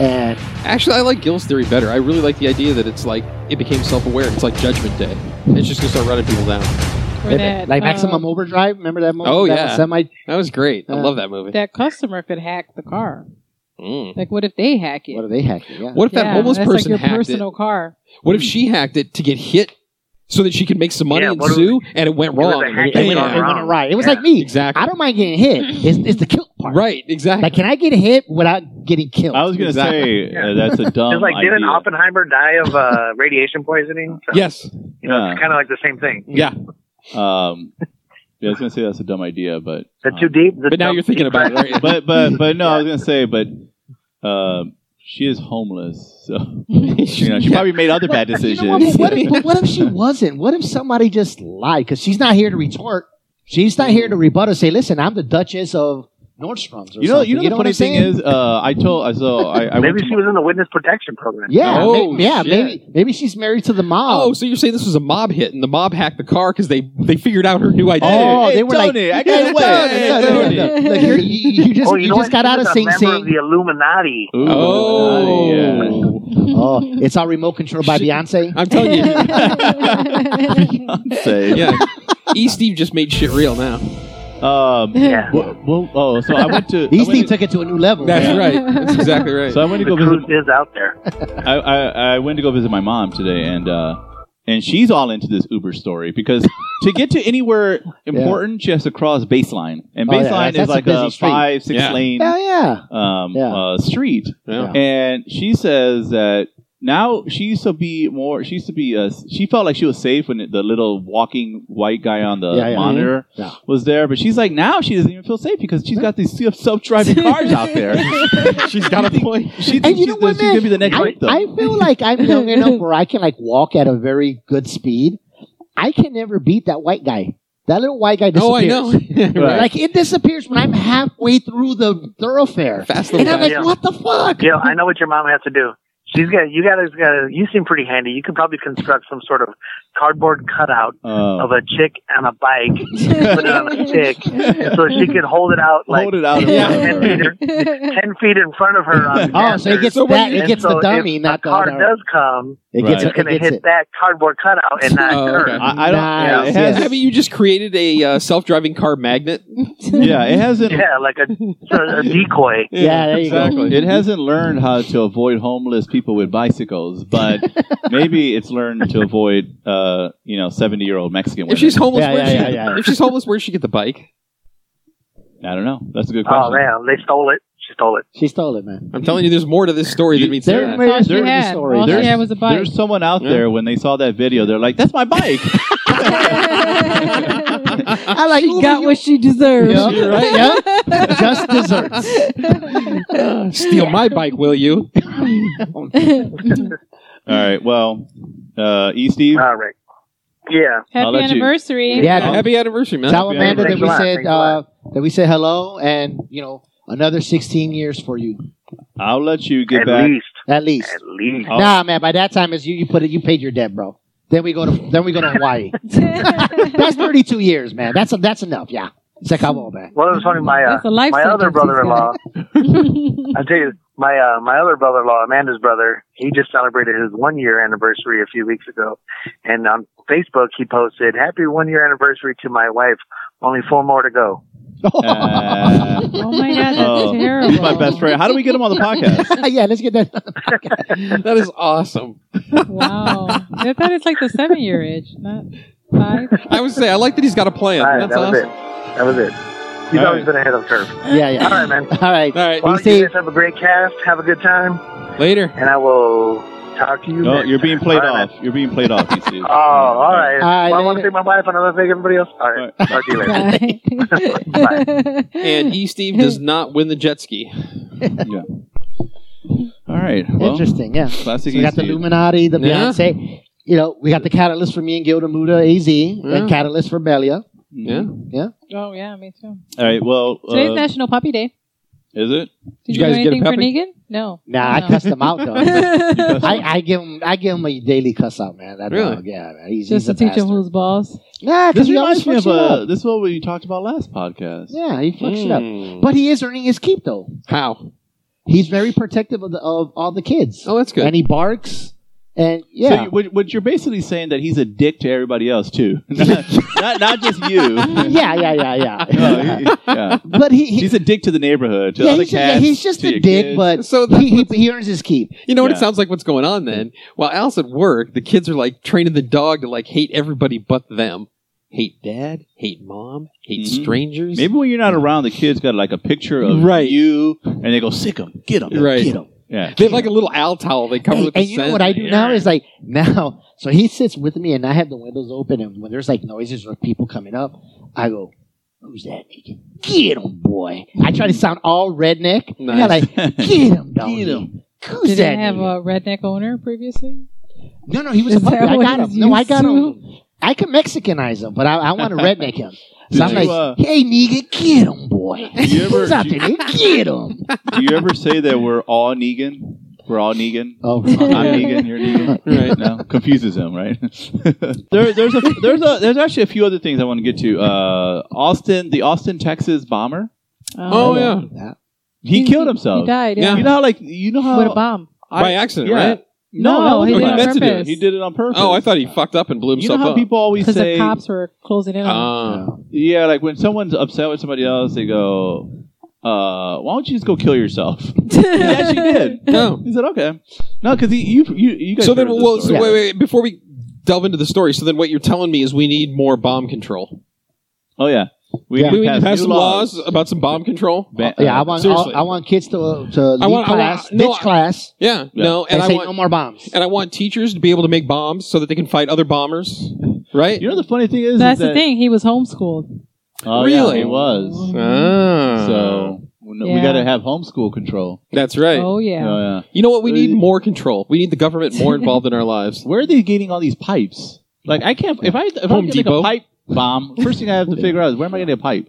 S3: and
S4: Actually, I like Gill's theory better. I really like the idea that it's like it became self-aware. It's like Judgment Day. It's just gonna start running people down.
S5: Or that,
S3: like
S5: uh,
S3: maximum overdrive. Remember that? Mo-
S4: Oh,
S3: that
S4: yeah.
S3: semi.
S4: That was great. I
S3: Uh,
S4: love that movie.
S5: that customer could hack the car.
S4: Mm.
S5: Like, what if they hack it?
S3: What are they hacking? Yeah.
S4: What if that
S5: Yeah,
S4: homeless
S5: that's like
S4: person
S5: your
S4: hacked
S5: personal car.
S4: it? What if she hacked it to get hit so that she could make some money
S1: Yeah,
S4: and
S1: what if-
S4: sue? And it went
S1: was
S4: wrong.
S1: a
S4: and
S1: hack
S4: it
S3: It went,
S4: went
S1: Yeah.
S3: it
S4: wrong.
S3: went awry. It was
S1: Yeah.
S3: like me.
S4: Exactly.
S3: I don't mind getting hit. It's, it's the kill part.
S4: Right. Exactly.
S3: Like, can I get hit without getting killed?
S2: I was gonna
S4: Exactly.
S2: say uh, that's a
S4: Oh,
S2: dumb
S1: It's like,
S2: idea.
S1: didn't Oppenheimer die of uh, radiation poisoning? So,
S4: yes.
S1: You know,
S2: Yeah.
S1: it's kind of like the same thing.
S4: Yeah.
S2: Um, yeah, I was gonna say that's a dumb idea, but
S1: The
S2: um,
S1: too deep. The
S4: But now
S1: dumb-
S4: you're thinking about it, right?
S2: but but but no, I was gonna say, but um, she is homeless, so you know she probably made other bad
S3: You
S2: decisions.
S3: know what, but, what if, but what if she wasn't? What if somebody just lied? Because she's not here to retort. She's not here to rebut or say, "Listen, I'm the Duchess of Nordstrom's." Or
S2: you know,
S3: something.
S2: you know the
S3: what
S2: funny
S3: I'm
S2: thing
S3: saying?
S2: is, uh, I told I so I, I went
S1: Maybe
S2: to
S1: she was in the witness protection program.
S3: yeah,
S4: Oh,
S3: may- yeah,
S4: shit.
S3: maybe maybe she's married to the mob.
S4: Oh, so you're saying this was a mob hit, and the mob hacked the car because they they figured out her new identity.
S3: Oh,
S2: Hey,
S3: they were like,
S2: Tony, I got
S3: "Hey,
S2: away.
S3: Tony,
S2: Hey,
S3: look, look,
S2: Tony."
S3: look, look, you're- you you just
S1: Oh, you,
S3: you
S1: know
S3: just
S1: what?
S3: got
S1: She
S3: out
S1: was
S3: of
S1: a
S3: Sing
S1: member of
S3: Sing.
S1: the Illuminati.
S2: Ooh,
S4: Oh.
S2: yeah.
S3: Oh, it's all remote controlled by
S4: She-
S3: Beyonce.
S4: I'm telling you.
S2: Say.
S4: yeah. E. Steve just made shit real now.
S2: Um,
S1: Yeah.
S2: well, well, oh, so I went to. I
S3: These
S2: went to-
S3: things took it to a new level.
S4: That's
S2: Yeah.
S4: right. That's exactly right.
S2: so I went
S1: The
S2: to go visit.
S1: truth is out there.
S2: I, I, I went to go visit my mom today, and uh, and she's all into this Uber story because to get to anywhere important, she has to cross Baseline, and
S3: Oh,
S2: Baseline
S3: yeah, that's- that's
S2: is
S3: a
S2: like
S3: busy
S2: a,
S3: street.
S2: five, six
S4: Yeah.
S2: lane
S3: Hell yeah.
S2: um,
S3: Yeah.
S2: uh, street,
S3: Oh.
S4: Yeah.
S2: and she says that. Now she used to be more. She used to be. Uh, she felt like she was safe when the little walking white guy on the
S3: Yeah, yeah.
S2: monitor
S3: Yeah.
S2: was there. But she's like, now she doesn't even feel safe because she's got these self-driving cars out there.
S4: She's got a point.
S2: She
S3: And
S2: thinks
S3: you know
S2: she's, the,
S3: what,
S2: she's gonna
S3: man?
S2: be the next
S3: I,
S2: right though.
S3: I feel like I'm young enough where I can like walk at a very good speed. I can never beat that white guy. That little white guy disappears.
S4: Oh, I know.
S2: Right.
S3: Like it disappears when I'm halfway through the thoroughfare,
S4: Fast
S3: and
S4: little
S3: I'm like,
S4: guy.
S1: Yeah.
S3: "What the fuck?"
S1: Gil, I know what your mom has to do. She's got you got to. You seem pretty handy. You could probably construct some sort of cardboard cutout
S2: Uh,
S1: of a chick on a bike, put it on a stick, so she could hold it out like
S2: hold it out.
S5: Yeah.
S1: ten
S2: of
S1: feet, ten feet in front of her. On the
S3: Oh, so it
S1: dancer.
S3: gets
S4: So when
S3: that.
S4: you-
S3: It
S1: And
S3: gets
S1: so
S3: the dummy,
S1: if
S3: not
S1: a
S3: the
S1: car
S3: other.
S1: does come.
S3: it gets
S2: Right.
S1: It's
S3: it.
S1: gonna
S3: It
S1: hit
S3: gets it.
S1: that cardboard cutout and not
S4: Oh,
S1: her.
S4: okay.
S2: I, I don't. yeah, it
S3: Nice,
S2: has,
S3: yes.
S4: I mean, you just created a uh, self-driving car magnet.
S2: yeah, it hasn't.
S1: Yeah, like a, a, a decoy.
S3: Yeah, there you go.
S4: exactly.
S2: It hasn't learned how to avoid homeless people with bicycles, but maybe it's learned to avoid, uh, you know, seventy-year-old Mexican women.
S4: If she's homeless,
S3: Yeah,
S4: where
S3: yeah,
S4: she
S3: yeah,
S4: get,
S3: yeah.
S4: if she's homeless, where she get the bike?
S2: I don't know. That's a good
S1: Oh
S2: question.
S1: man, they stole it. She stole it.
S3: She stole it, man.
S4: I'm telling you, there's more to this story than meets
S3: There,
S4: the eye.
S3: there,
S5: All she
S3: there,
S5: had.
S3: story.
S5: All she
S3: There's-
S5: had was a bike.
S2: There's someone out
S4: Yeah.
S2: there when they saw that video, they're like, "That's my bike."
S3: I like
S5: she
S3: Uber,
S5: got
S3: you-
S5: what she deserved.
S3: Yeah, you're right. Yeah. Just desserts.
S4: Steal my bike, will you?
S2: All right. Well, uh, E. Steve.
S1: All right. Yeah.
S2: I'll
S5: Happy
S2: let you-
S5: anniversary.
S3: Yeah,
S4: Happy anniversary, man.
S3: Tell Amanda that
S1: Thanks
S3: we
S1: a lot.
S3: said
S1: Thanks a lot.
S3: uh, that we said hello, and you know another sixteen years for you
S2: I'll let you get
S1: at
S2: back.
S1: least.
S3: at least.
S1: At least.
S2: Oh.
S3: Nah, man. By that time, it's you. You put it. You paid your debt, bro. Then we go to then we go to Hawaii. that's thirty two years, man. That's that's enough. Yeah. Se acabó, man.
S1: Well, it was funny. My uh,
S5: That's a life
S1: my other
S5: sentence he's
S1: brother-in-law.
S5: got.
S1: I tell you, my uh, my other brother-in-law, Amanda's brother, he just celebrated his one-year anniversary a few weeks ago, and on Facebook he posted, "Happy one-year anniversary to my wife. Only four more to go."
S2: Uh,
S5: oh my god, that's
S2: oh,
S5: terrible.
S2: He's my best friend. How do we get him on the podcast?
S3: yeah, let's get that.
S4: that is awesome.
S5: Wow, I thought it's like the seven-year itch, not five.
S4: I would say I like that he's got a plan.
S1: All right,
S4: That's
S1: that was
S4: awesome.
S1: it. That was it. He's
S2: All
S1: always
S2: right.
S1: been ahead of the curve.
S3: Yeah, yeah.
S1: All right, man.
S3: All right.
S4: All right,
S1: Well,
S3: see.
S1: you guys have a great cast. Have a good time,
S4: later.
S1: and I will talk to you.
S2: No,
S1: next
S2: Oh, you're being
S1: time.
S2: played
S1: All right,
S2: off. You're being played off. E, You see.
S1: man. Oh, all right.
S3: All right,
S1: well, I want to
S3: later.
S1: thank my wife and I want to thank everybody else. All
S2: All
S1: right,
S2: right.
S1: talk to you later.
S5: Bye.
S4: And E. Steve does not win the jet ski.
S2: All right. Well,
S3: Interesting, yeah.
S2: classic. E,
S3: So we got the
S2: Easy.
S3: Illuminati, the
S4: Yeah.
S3: Beyonce. You know, we got the catalyst for me and Gilda Muda AZ,
S4: Yeah.
S3: and catalyst for Belia.
S4: Yeah.
S5: oh yeah, me too.
S2: Mm-hmm. All right. Well, uh,
S5: Today's National Puppy Day.
S2: is it?
S5: Did
S4: you
S5: you,
S4: guys
S5: do
S4: get a
S5: anything for
S4: puppy?
S5: Negan? No.
S3: Nah,
S5: No.
S3: I cussed him out though. I, I give him I give him a daily cuss out, man. That
S4: Really?
S3: dog, yeah, man. He's
S5: Just
S3: he's
S5: to
S3: a
S5: teach him
S3: bastard.
S5: who's boss.
S3: Nah, 'cause
S2: This
S3: he
S2: reminds
S3: always
S2: me
S3: fucks
S2: of
S3: shit
S2: uh,
S3: up.
S2: this is what we talked about last podcast.
S3: Yeah, he fucks shit up.
S4: Mm.
S3: But he is earning his keep though.
S4: How?
S3: He's very protective of the, of all the kids,
S4: Oh, that's
S3: and
S4: good.
S3: he barks. And
S2: So
S3: yeah,
S2: you, what, what you're basically saying that he's a dick to everybody else too, not, not not just you.
S3: yeah, yeah, yeah, yeah.
S2: No, Oh, he- yeah.
S3: but he, he
S2: He's a dick to the neighborhood. To
S3: yeah,
S2: other
S3: he's, yeah,
S2: cats,
S3: he's just
S2: to
S3: a
S2: your
S3: dick,
S2: kids.
S3: but
S4: So that's
S3: he, he, he earns his keep.
S4: You know what
S2: Yeah.
S4: it sounds like? What's going on then? While Al's at work, the kids are like training the dog to like hate everybody but them. Hate dad, hate mom, hate
S2: Mhm.
S4: strangers.
S2: Maybe when you're not around, the kids got like a picture of
S4: Right.
S2: you, and they go sick him, get him,
S4: Right.
S2: get him. Yeah,
S4: they have like a little Al towel they cover
S3: Hey,
S4: with the
S3: and you know
S4: scent.
S3: what I do
S2: Yeah.
S3: now is like now. So he sits with me, and I have the windows open, and when there's like noises or people coming up, I go, "Who's that? nigga? Get him, boy!" I try to sound all redneck.
S4: Nice.
S3: Yeah, like get him, dog.
S2: Get
S3: Who's
S5: Did
S3: that?
S5: they have
S3: nigga?"
S5: a redneck owner previously?
S3: no, no, he was a
S5: Is
S3: puppy.
S5: that
S3: I
S5: what
S3: got him.
S5: he's
S3: No, I
S5: used
S3: got
S5: to?
S3: him. I can Mexicanize him, but I, I want to redneck him.
S2: Did
S3: So I'm
S2: you,
S3: like,
S2: uh,
S3: "Hey, nigga, get him, boy!
S2: you ever-
S3: Who's out
S2: you-
S3: there? nigga? Get him!"
S2: Do you ever say that we're all Negan? We're all Negan.
S3: Oh,
S2: I'm Negan. You're Negan.
S4: Right.
S2: No, confuses him, right? there, there's a, there's a, there's actually a few other things I want to get to. Uh, Austin, the Austin, Texas bomber,
S4: Oh, yeah.
S2: he, killed himself.
S5: Um, He died.
S4: Yeah.
S5: Yeah.
S2: You know how, like, you know how
S5: With a bomb.
S2: I-
S4: By accident,
S2: yeah.
S4: right?
S2: No,
S5: No,
S2: that
S5: he
S2: wasn't
S4: did it on
S2: by accident.
S5: purpose.
S2: He did it on purpose.
S4: Oh, I thought he fucked up and blew
S2: You know
S4: himself
S2: how
S4: up.
S2: people always
S5: Because
S2: say, uh,
S5: the cops were closing
S3: uh,
S5: in on him.
S4: Ah.
S2: yeah, like when someone's upset with somebody else, they go, uh, "Why don't you just go kill yourself?" he actually did.
S4: no.
S2: He said, "Okay, no, because you, you, you guys."
S4: So then,
S2: heard this
S4: well, so
S2: story.
S4: wait, wait, before we delve into the story, so then what you're telling me is we need more bomb control.
S2: Oh yeah, we
S3: Yeah.
S2: need
S4: we
S2: to
S4: need
S2: pass,
S4: to pass
S2: new
S4: some laws. about some bomb control.
S2: Ba-
S5: Oh,
S3: Yeah, I
S2: uh,
S3: want
S4: Seriously.
S3: I, I want kids to uh, to leave
S4: I want- I want-
S3: class,
S4: no,
S3: ditch
S4: I-
S3: class,
S4: yeah,
S2: Yeah.
S4: no,
S3: and,
S4: and I
S3: say
S4: want
S3: no more bombs.
S4: and I want teachers to be able to make bombs so that they can fight other bombers, right?
S2: you know the funny thing is, is
S5: That's
S2: that,
S5: the thing. He was homeschooled.
S2: Oh, yeah,
S4: Really?
S2: it was.
S4: Ah,
S2: So we- we
S5: Yeah.
S2: got to have homeschool control.
S4: that's right.
S5: Oh yeah.
S2: Oh, yeah.
S4: You know what? We need more control. We need the government more involved in our lives.
S2: Where are they getting all these pipes? Like I can't. If I if
S4: Home
S2: I'm getting
S4: Depot.
S2: a pipe bomb, first thing I have to figure out is where am I going to get a pipe?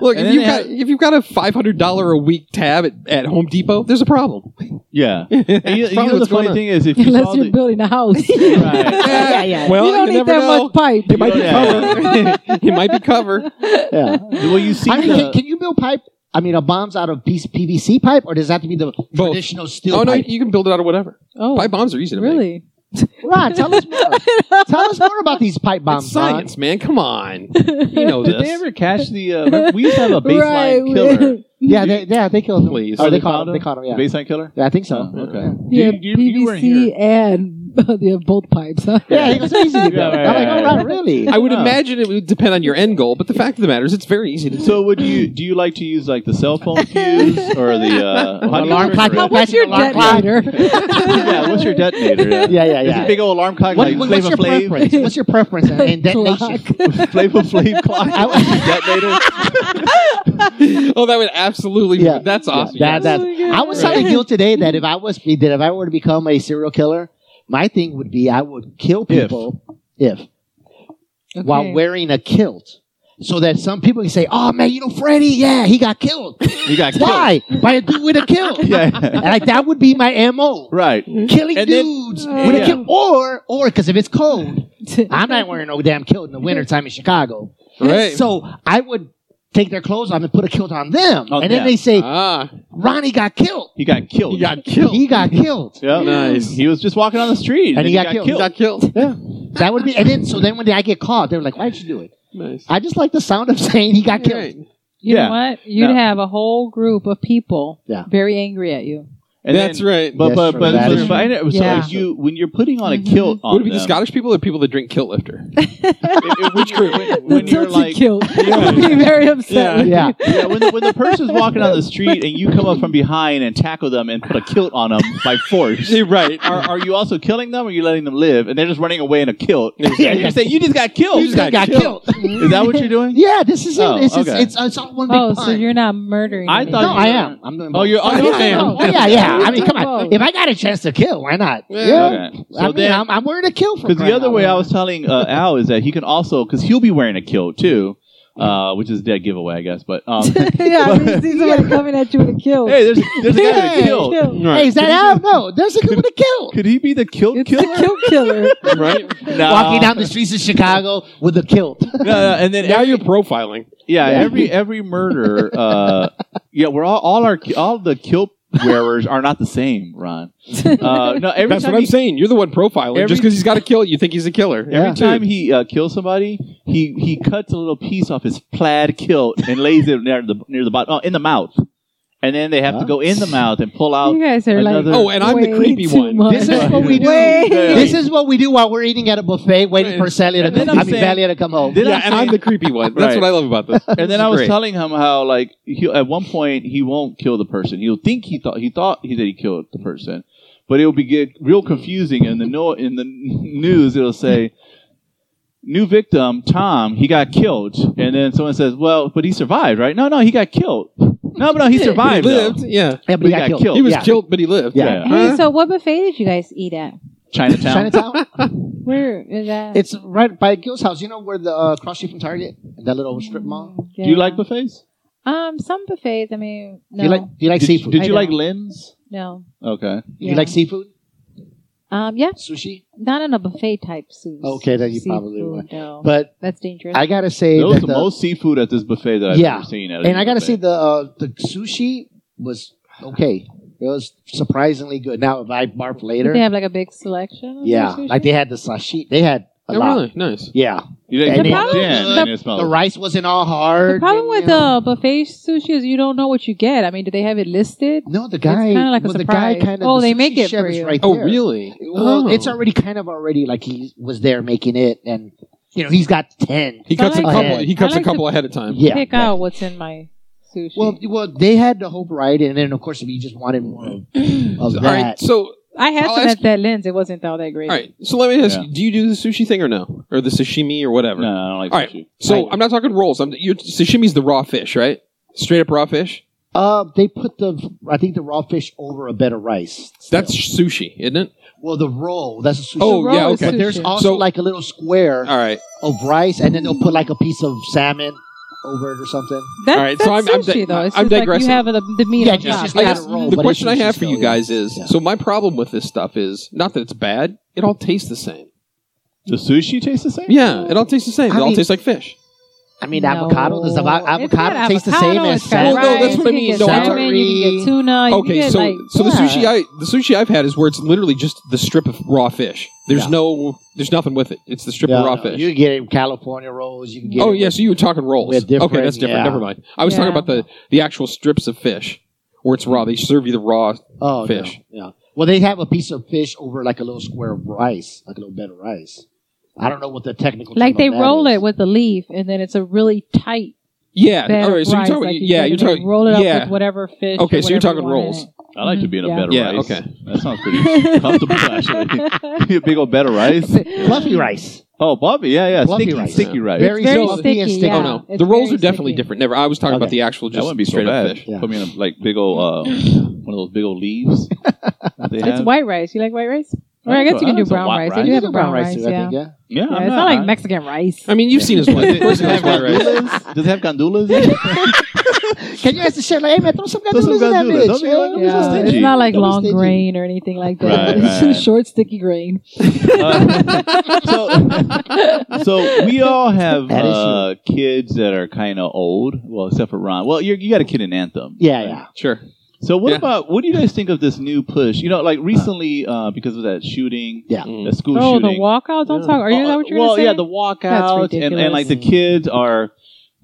S4: Look,
S2: And
S4: if
S2: then
S4: you've
S2: they
S4: got if you've got a five hundred dollar a week tab at, at Home Depot, there's a problem.
S2: Yeah.
S4: That's
S2: And you, you
S4: probably
S2: know the
S4: what's
S2: funny
S4: going on.
S2: thing is if you
S5: Unless
S2: saw
S5: you're
S2: the,
S5: building a house.
S2: Right.
S3: Yeah, yeah.
S4: Well,
S5: you don't
S4: you
S5: need
S4: never
S5: that
S4: know.
S5: much pipe.
S4: It might be
S2: Yeah.
S4: cover. it might be cover.
S3: yeah.
S2: well, you see
S3: I mean,
S2: the,
S4: uh,
S3: can, can you build pipe? I mean, a bombs out of piece PVC pipe, or does that have to be the
S4: Both.
S3: traditional steel
S4: Oh no,
S3: pipe?
S4: you can build it out of whatever.
S5: Oh,
S4: Pipe bombs are easy to make.
S5: really?
S3: Ron, tell us more. tell us more about these pipe bombs.
S4: It's science, man. Come on. You know
S2: Did
S4: this.
S2: they ever catch the? Uh, remember- we used to have a baseline
S5: Right,
S2: killer.
S3: Ron. Yeah, they, yeah, they killed them.
S4: Please.
S3: Oh,
S2: they
S3: they caught
S2: found
S3: them. They
S2: him?
S3: caught them. Yeah.
S2: Baseline killer.
S3: yeah, I think so.
S2: Oh, okay.
S5: Yeah,
S2: You- you- you weren't here.
S5: PVC and yeah, both pipes. Huh?
S3: Yeah, it was easy to build.
S2: Yeah, right,
S3: I'm
S2: right,
S3: like, oh,
S2: right.
S3: Ron, really?
S4: I would
S2: Oh.
S4: imagine it would depend on your end goal, but the fact of the matter is, it's very easy to do.
S2: So, would you do you like to use like the cell phone fuse or the uh, how do you
S3: Alarm
S2: trigger
S3: clock.
S2: it?
S3: What's your
S5: Detonator.
S2: yeah, what's your detonator? Yeah,
S3: yeah, yeah,
S2: It's a
S3: yeah.
S2: big old alarm clock.
S3: What-
S2: like
S3: what-
S2: Flavor
S3: what's your
S2: Flav,
S3: preference? What's your preference in- in detonation?
S2: Flavor Flav clock.
S3: I-
S2: What's your detonator.
S4: oh, that would absolutely.
S3: Yeah.
S4: That's
S3: Yeah,
S4: awesome.
S3: that- that's-
S5: Oh my
S3: I was
S5: God.
S3: telling Gil today that if I was that if I were to become a serial killer, my thing would be I would kill
S2: If.
S3: people if, while
S5: Okay.
S3: wearing a kilt. So that some people can say, "Oh man, you know Freddie? Yeah, he got killed.
S2: You got killed.
S3: Why? By a dude with a kilt?
S2: Yeah,
S3: And like that would be my mo,
S2: right.
S3: killing
S2: And then-
S3: dudes
S5: Uh,
S3: with
S2: yeah.
S3: a kilt, or or because if it's cold, I'm not wearing no damn kilt in the wintertime in Chicago.
S4: Right.
S3: So I would take their clothes off and put a kilt on them.
S2: Oh,
S3: and then
S2: yeah.
S3: they say,
S4: Ah,
S3: Ronnie got killed.
S2: He got killed.
S4: he got killed.
S3: He got killed.
S2: Yeah.
S4: Nice.
S2: He was just walking on the street,
S3: And he got killed.
S4: He got killed.
S3: That would be, and then so then when I get caught, they were like, "Why'd you do it?"
S4: Nice.
S3: I just like the sound of saying he got killed.
S4: Right.
S5: You
S2: Yeah.
S5: know what? You'd
S2: No.
S5: have a whole group of people
S3: Yeah.
S5: very angry at you.
S2: And
S4: That's
S2: then-
S4: right.
S2: But
S3: Yes,
S2: but
S3: true.
S2: but,
S3: That
S2: but
S3: is Mm-hmm.
S2: if I know- so
S5: Yeah.
S2: if you when you're putting on a
S5: Mhm.
S2: kilt on
S4: Would it be the
S2: them,
S4: Scottish people or people that drink kilt lifter?
S2: it- it- which group? When, when you're like
S5: killed.
S2: Yeah.
S5: be very upset.
S4: Yeah.
S5: with you.
S3: Yeah,
S2: yeah, when the, when the person's walking down the street and you come up from behind and tackle them and put a kilt on them by force.
S4: right.
S2: Are, are you also killing them or are you letting them live? And they're just running away in a kilt.
S4: Yeah,
S2: You say, you just got killed.
S4: You just
S3: Oh, got, got killed.
S2: Is that what you're doing?
S3: yeah, this is
S2: Oh,
S3: it. It's,
S2: okay.
S3: it's, it's, it's all one big
S5: Oh, so
S3: pun.
S5: you're not murdering.
S2: I
S5: anyone.
S2: thought-
S3: no,
S2: you
S3: I
S2: were-
S3: am. I'm doing
S4: Oh,
S3: both.
S4: you're on your
S3: yeah,
S4: fan.
S3: no, yeah, yeah. I mean,
S5: You're
S3: come on.
S5: both.
S3: If I got a chance to kill, why not?
S4: Yeah.
S3: Yeah.
S2: Okay. So
S3: I mean,
S2: then,
S3: I'm, I'm wearing a kill for
S2: because the
S3: crying
S2: other
S3: out
S2: way I
S3: loud.
S2: was telling uh, Al is that he can also because he'll be wearing a kilt too, uh, which is a dead giveaway, I guess. But um, hey,
S5: yeah, I didn't see somebody coming at you with a kill.
S2: there's there's a guy with a
S3: Hey.
S2: kilt.
S3: Hey, is that Al? No, there's a kid with a kill.
S2: Could he be the kilt
S5: It's
S2: killer?
S5: a kill killer.
S4: right?
S2: No.
S3: Walking down the streets of Chicago with a kilt.
S2: No, no, and then
S4: Now
S2: every,
S4: you're profiling.
S2: yeah,
S3: Yeah.
S2: every every murder. Uh, yeah, we're all all our all the kilt wearers are not the same, Ron. Uh, no, every
S4: That's
S2: time
S4: what I'm
S2: he,
S4: saying. You're the one profiling.
S2: Every-
S4: Just because he's got a kill, you think he's a killer.
S3: Yeah.
S2: every time he uh, kills somebody, he he cuts a little piece off his plaid kilt and lays it near the near the bottom, oh, in the mouth, and then they have
S3: Huh?
S2: to go in the mouth and pull out.
S5: you guys are like,
S2: Another-
S4: Oh, and I'm the
S5: way
S4: creepy
S5: too
S4: one.
S5: much.
S3: This is what we do.
S5: Way-
S2: Yeah.
S3: This is what we do while we're eating at a buffet, waiting for Sally to
S2: And then
S3: come.
S2: I'm
S3: I mean,
S2: saying-
S3: Valley to come home.
S2: Then
S4: yeah,
S2: I'm
S4: and I'm
S2: saying-
S4: the creepy one. That's
S2: Right.
S4: what I love about this.
S2: and then I was telling him how like he at one point he won't kill the person. He'll think he thought he thought he that he killed the person, but it'll be get real confusing. And the no in the news it'll say new victim Tom he got killed, and then someone says, well, but he survived, right? No, no, he got killed. No, but no, he survived. though.
S4: lived. Yeah,
S3: Yeah, but
S2: we
S3: he got,
S2: got
S3: killed.
S2: killed.
S4: he was
S3: yeah.
S4: killed, but he lived.
S3: Yeah.
S2: Yeah.
S5: Hey,
S4: Huh?
S5: so what buffet did you guys eat at?
S2: Chinatown.
S3: Chinatown.
S5: Where is that?
S3: It's right by Gil's house. You know where the uh, cross street from Target, that little strip mall.
S2: Do you
S5: Yeah.
S2: like buffets?
S5: um some buffets? I mean, no,
S3: Do you like Do you like
S2: did,
S3: seafood?
S2: Did
S5: I
S2: you like
S5: don't.
S2: Lynn's?
S5: no.
S2: Okay.
S3: you
S5: yeah.
S3: like seafood?
S5: Um, yeah,
S3: Sushi?
S5: not in a buffet type soup.
S3: Okay, then you probably would.
S5: No,
S3: But
S5: that's dangerous.
S3: I gotta say
S2: That was
S3: that
S2: the
S3: the-
S2: most seafood at this buffet that I've
S3: Yeah.
S2: ever seen. At a
S3: and I gotta
S2: buffet.
S3: say the uh, the sushi was okay. It was surprisingly good. Now if I barf
S5: Did
S3: later,
S5: they have like a big selection. of
S3: yeah,
S5: sushi?
S3: like they had the sashimi. They had a
S4: Oh,
S3: lot.
S4: really Oh. nice.
S3: Yeah,
S2: you didn't
S3: and
S2: get
S3: it-
S2: walked in
S3: the-
S2: and it smelled
S3: the rice wasn't all hard.
S5: The problem
S3: and,
S5: with
S3: you know.
S5: the buffet sushi is you don't know what you get. I mean, do they have it listed?
S3: no, the guy,
S5: kinda like a
S3: well, the guy
S5: surprise.
S3: kind of
S5: Oh,
S3: the
S5: they
S3: sushi
S5: make it
S3: chef
S5: for
S3: is
S5: you.
S3: Right
S4: Oh,
S3: there.
S4: really?
S3: Well,
S4: Oh.
S3: it's already kind of already like he was there making it, and you know he's got ten.
S4: He cuts
S5: I
S4: a
S3: like
S4: couple.
S3: to-
S4: He cuts
S5: I like
S4: a couple ahead of time.
S3: Yeah,
S5: Pick out what's in my sushi.
S3: Well, well, they had the whole variety, and then of course if you just wanted more of
S4: All
S3: that.
S4: right. So,
S5: I had
S4: I'll
S5: some
S4: ask
S5: at that lens. It wasn't all that great.
S4: all right. So let me ask
S2: Yeah.
S4: you: Do you do the sushi thing or no, or the sashimi or
S2: No,
S4: whatever?
S2: no, I don't like
S4: All right.
S2: sushi.
S4: So
S3: I-
S4: I'm not talking rolls. I'm you sashimi's the raw fish, right? Straight up raw fish.
S3: Uh, they put the I think the raw fish over a bed of rice.
S4: That's sushi, isn't it?
S3: well, the roll. That's a sushi.
S4: Oh,
S5: roll
S4: yeah.
S5: is
S4: Okay.
S3: But there's
S5: Sushi.
S3: also
S4: So-
S3: like a little square
S4: All right.
S3: of rice, and then they'll put like a piece of salmon over it or something.
S5: That's,
S4: All right,
S5: that's
S4: so I'm- I'm
S5: sushi
S4: di-
S5: though. It's
S4: I'm
S5: just like
S4: digressing.
S5: you have the, the meat
S3: Yeah,
S5: on
S3: just-
S5: top.
S3: just
S4: I
S3: not
S4: guess
S3: a roll,
S4: the
S3: but
S4: question I
S3: it's
S4: have
S3: sushi
S4: for you
S3: still, yeah.
S4: guys is:
S3: Yeah.
S4: so my problem with this stuff is not that it's bad; it all tastes the same.
S2: The sushi tastes the same.
S4: Yeah, it all tastes the same.
S3: I
S4: it all
S3: mean-
S4: tastes like fish.
S3: I mean,
S5: No.
S3: avocado. Does avo-
S5: It's not
S3: avocado taste the same
S5: avocado,
S3: as
S5: it's got
S4: Well,
S3: salmon?
S4: no,
S5: rice,
S4: that's what I
S5: you
S4: mean.
S5: can
S4: No,
S5: get
S4: I'm
S5: salmon,
S3: talking-
S5: you can get tuna. you
S4: okay,
S5: can get,
S4: so
S5: like-
S4: so the
S5: yeah.
S4: sushi I the sushi I've had is where it's literally just the strip of raw fish. There's
S3: Yeah.
S4: no there's nothing with it. It's the strip
S3: Yeah,
S4: of raw
S3: no,
S4: fish.
S3: You can get it in California rolls. You can get.
S4: oh
S3: it
S4: yeah, so you were talking rolls.
S3: We're different,
S4: okay, that's different.
S3: yeah.
S4: Never mind. I was
S5: Yeah.
S4: talking about the the actual strips of fish where it's raw. They serve you the raw.
S3: Oh,
S4: Fish.
S3: Yeah, yeah. Well, they have a piece of fish over like a little square of rice, like a little bed of rice. I don't know what the technical.
S5: like
S3: term
S5: they
S3: of that
S5: roll
S3: is.
S5: it with the leaf, and then it's a really tight
S4: Yeah.
S5: bed
S4: all right.
S5: of
S4: So
S5: rice,
S4: you're talking.
S5: like you
S4: yeah,
S5: said,
S4: you're
S5: and they
S4: talking.
S5: Roll it up
S4: yeah.
S5: with whatever fish.
S4: Okay,
S5: or
S4: so you're
S5: whatever
S4: talking
S5: you want in
S4: rolls.
S5: it.
S2: I like to be in a
S5: Yeah.
S2: bed of
S4: Yeah,
S2: rice.
S4: okay.
S2: That sounds pretty comfortable, actually. a big old bed of rice.
S3: fluffy rice.
S2: Oh, Bobby, yeah, yeah.
S3: Fluffy
S2: Sticky,
S3: rice.
S2: sticky rice.
S3: Very,
S5: very
S3: fluffy and
S5: sticky,
S3: sticky.
S5: yeah.
S4: Oh no,
S5: it's
S4: the rolls are
S5: very
S4: definitely
S5: sticky.
S4: different. Never. I was talking about
S3: Okay.
S4: the actual
S2: that
S4: just
S2: wouldn't be so
S4: straight up
S2: bad.
S4: fish.
S3: Yeah.
S2: Put me in a like big old uh, one of those big old leaves. that they
S5: It's
S2: have.
S5: white rice. You like white rice? Or
S3: Oh,
S5: I guess you can do
S2: That's a
S5: brown
S2: lot,
S5: rice.
S2: right?
S5: They do
S3: You
S5: have
S3: do
S5: a brown rice,
S3: too, I
S5: yeah.
S3: think, yeah.
S2: Yeah,
S5: Yeah,
S2: I'm
S5: it's not like
S2: I-
S5: Mexican rice.
S4: I mean, you've seen his wife. Of course
S2: Does
S4: you
S2: it have
S4: have white rice.
S2: gondolas? Does it have gondolas? in it?
S3: Can you ask the shit like, hey man, throw some
S2: Throw some
S3: gandules in that
S2: gandules.
S3: bitch?
S2: Don't be like-
S3: yo?
S2: Yeah,
S5: yeah,
S2: stingy.
S5: it's not like
S3: Don't be
S5: long
S3: stingy.
S5: grain or anything like that.
S2: Right,
S5: it's
S2: right.
S5: just short, sticky grain. Oh,
S2: Uh, so, so we all have
S3: That is
S2: uh, kids that are kind of old. Well, except for Ron. Well, you're, you got a kid in Anthem.
S3: Yeah,
S2: right?
S3: yeah.
S4: Sure.
S2: So what
S4: Yeah.
S2: about what do you guys think of this new push? You know, like recently uh, because of that shooting,
S3: Yeah.
S2: the school
S5: Oh,
S2: shooting.
S5: the walkout! Don't
S4: Yeah.
S5: talk. Are you? Is
S2: Uh,
S5: that what you're
S2: well,
S5: gonna say?
S2: yeah, the walkout and, and
S5: ridiculous.
S2: like the kids are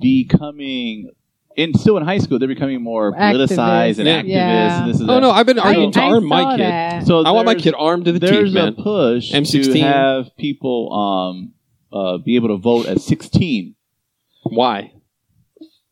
S2: becoming in still in high school, they're becoming more politicized and
S4: Activists.
S2: activists.
S5: Yeah.
S2: And this is
S4: Oh
S2: that.
S4: no, I've been
S5: I,
S4: arguing to
S5: I
S4: arm my
S5: saw
S4: kid.
S5: that.
S2: So
S4: I want my
S2: there's-
S4: kid armed to the
S2: There's
S4: teeth,
S2: a
S4: man.
S2: push to
S4: M16.
S2: have people um uh be able to vote at 16
S4: Why?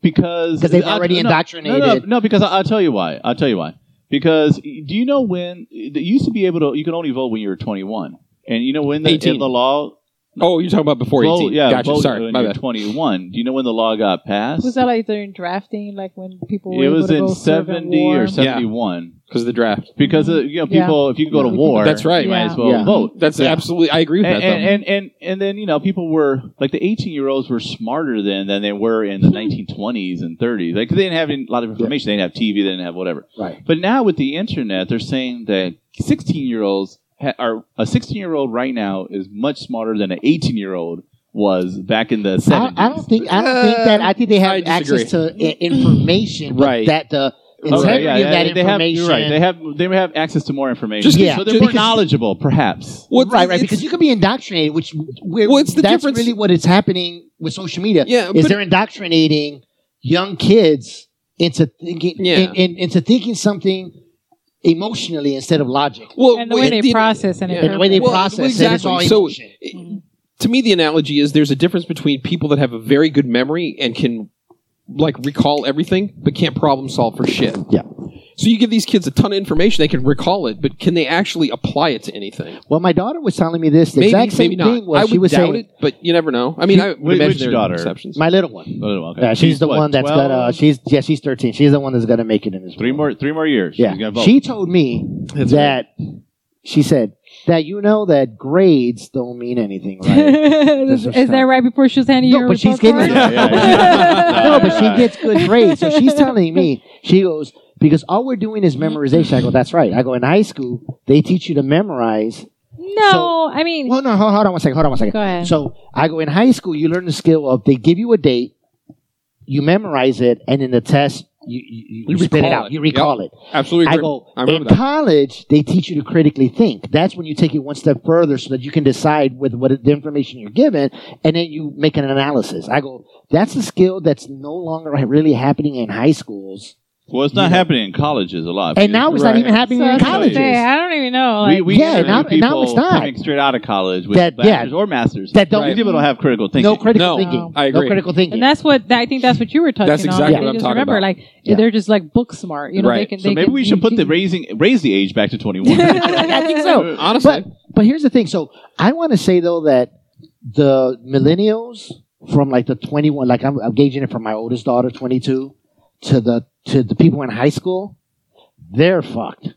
S2: because
S3: Because they've
S2: I'll-
S3: already
S2: no,
S3: indoctrinated.
S2: No, no, no because I, I'll tell you why. I'll tell you why. Because do you know when it used to be able to? You could only vote when you were 21, and you know when the,
S4: 18.
S2: the law.
S4: Oh, you're talking about before
S2: vote-
S4: 18.
S2: yeah,
S4: gotcha.
S2: vote
S4: Sorry,
S2: when
S4: my
S2: you're
S4: bad.
S2: 21. Do you know when the law got passed?
S5: Was that like during drafting, like when people were
S2: it
S5: able
S2: was
S5: to
S2: in
S5: go serve in
S2: 70
S5: war?
S2: or 71.
S4: Because of the draft.
S2: Because uh, you know
S5: Yeah.
S2: people, if you go to
S5: Yeah.
S2: war,
S4: That's right.
S2: You might
S5: Yeah.
S2: as well
S3: Yeah.
S2: vote.
S4: That's
S3: Yeah.
S4: absolutely. I agree with
S2: And,
S4: that. though.
S2: and, and and then you know people were like the 18 year olds were smarter then than they were in the 1920s and 30s. Like they didn't have any- a lot of information. They didn't have TV. They didn't have whatever.
S3: Right.
S2: But now with the internet, they're saying that 16 year olds ha- are a 16 year old right now is much smarter than an 18 year old was back in the 70s.
S3: I, I don't think I don't think that I think they
S4: I
S3: have
S4: disagree.
S3: access to i- information but
S4: Right.
S3: that the
S4: Okay,
S3: integrity
S4: yeah,
S3: of that
S2: they have,
S3: information
S2: you're right. They have they have access to more information.
S4: Just-
S3: Yeah.
S2: so they're
S3: just-
S2: more knowledgeable, perhaps.
S4: Well,
S3: right, right,
S4: it's-
S3: because you can be indoctrinated, which we're,
S4: Well, it's the
S3: that's
S4: difference-
S3: really what is happening with social media.
S4: Yeah,
S3: is
S4: but-
S3: they're indoctrinating young kids into thinking
S4: Yeah.
S3: in, in, into thinking something emotionally instead of logic.
S4: well,
S5: and the way
S4: it-
S5: they
S4: it-
S5: process and
S4: yeah.
S3: And the way they
S4: Well,
S3: process it, it's
S4: exactly.
S3: all
S4: So-
S3: emotion.
S5: Mhm.
S4: to me the analogy is there's a difference between people that have a very good memory and can like recall everything but can't problem solve for shit
S3: Yeah.
S4: so you give these kids a ton of information they can recall it but can they actually apply it to anything
S3: well, my daughter was telling me this the
S4: maybe
S3: exact same
S4: maybe not
S3: thing. Was
S4: i
S3: she
S4: would
S3: was
S4: doubt
S3: saying
S4: it but you never know i mean i would
S2: Which-
S4: imagine
S2: which
S4: there
S2: daughter?
S4: are exceptions
S3: my little one.
S2: Oh, okay.
S3: Yeah, she's, the
S2: what,
S3: one that's got. Uh,
S2: 12?
S3: she's yeah, she's thirteen. She's the one that's gonna make it in this.
S2: three
S3: world.
S2: more three more years. She's
S3: Yeah,
S2: gonna vote.
S3: she told me
S4: That's right.
S3: that she said that you know that grades don't mean anything, right?
S5: is,
S3: That's
S5: that right before she was handing
S3: No,
S5: you her
S3: but she's
S5: report
S3: getting-
S5: card?
S2: Yeah, yeah,
S3: no, but she
S2: Right.
S3: gets good grades, so she's telling me she goes because all we're doing is memorization. I go, that's right. I go in high school they teach you to memorize.
S5: No,
S3: So-
S5: I mean,
S3: Well, no, hold, hold on one second. Hold on one second.
S5: go ahead.
S3: So I go in high school, you learn the skill of they give you a date, you memorize it, and in the test you you,
S4: You
S3: you spit it
S4: recall
S3: out,
S4: it.
S3: you recall it.
S4: absolutely
S3: I
S4: agree.
S3: go.
S4: I
S3: in
S4: remember that
S3: college, they teach you to critically think. That's when you take it one step further, so that you can decide with what the information you're given, and then you make an analysis. I go. That's a skill that's no longer really happening in high schools,
S2: well, it's not happening in colleges a lot.
S3: and now it's not
S4: Right.
S3: even
S5: So
S3: happening in
S5: that's what I'm
S3: colleges.
S5: saying. I don't even know.
S2: we
S5: Like,
S2: we
S3: Yeah,
S2: interview
S3: now-
S2: people
S3: now it's not.
S2: coming straight out of college with
S3: That- yeah.
S2: bachelors or masters
S3: That don't-
S2: These people don't have critical thinking.
S3: No critical
S4: No,
S3: thinking.
S4: I
S3: No
S4: agree.
S3: critical thinking.
S5: and that's what I think. That's what you were touching
S4: That's exactly
S5: on.
S4: what
S5: They
S4: I'm
S5: just
S4: talking
S5: remember,
S4: about.
S5: like
S3: Yeah.
S5: they're just like book smart. You know, they
S4: Right.
S5: can.
S2: so
S5: they
S2: maybe
S5: can
S2: we should
S5: do-
S2: put the raising raise the age back to twenty one.
S3: I think so.
S4: honestly
S3: But but here's the thing. So I want to say though that the millennials from like the 21, like I'm, I'm gauging it from my oldest daughter, 22, to the to the people in high school, they're fucked.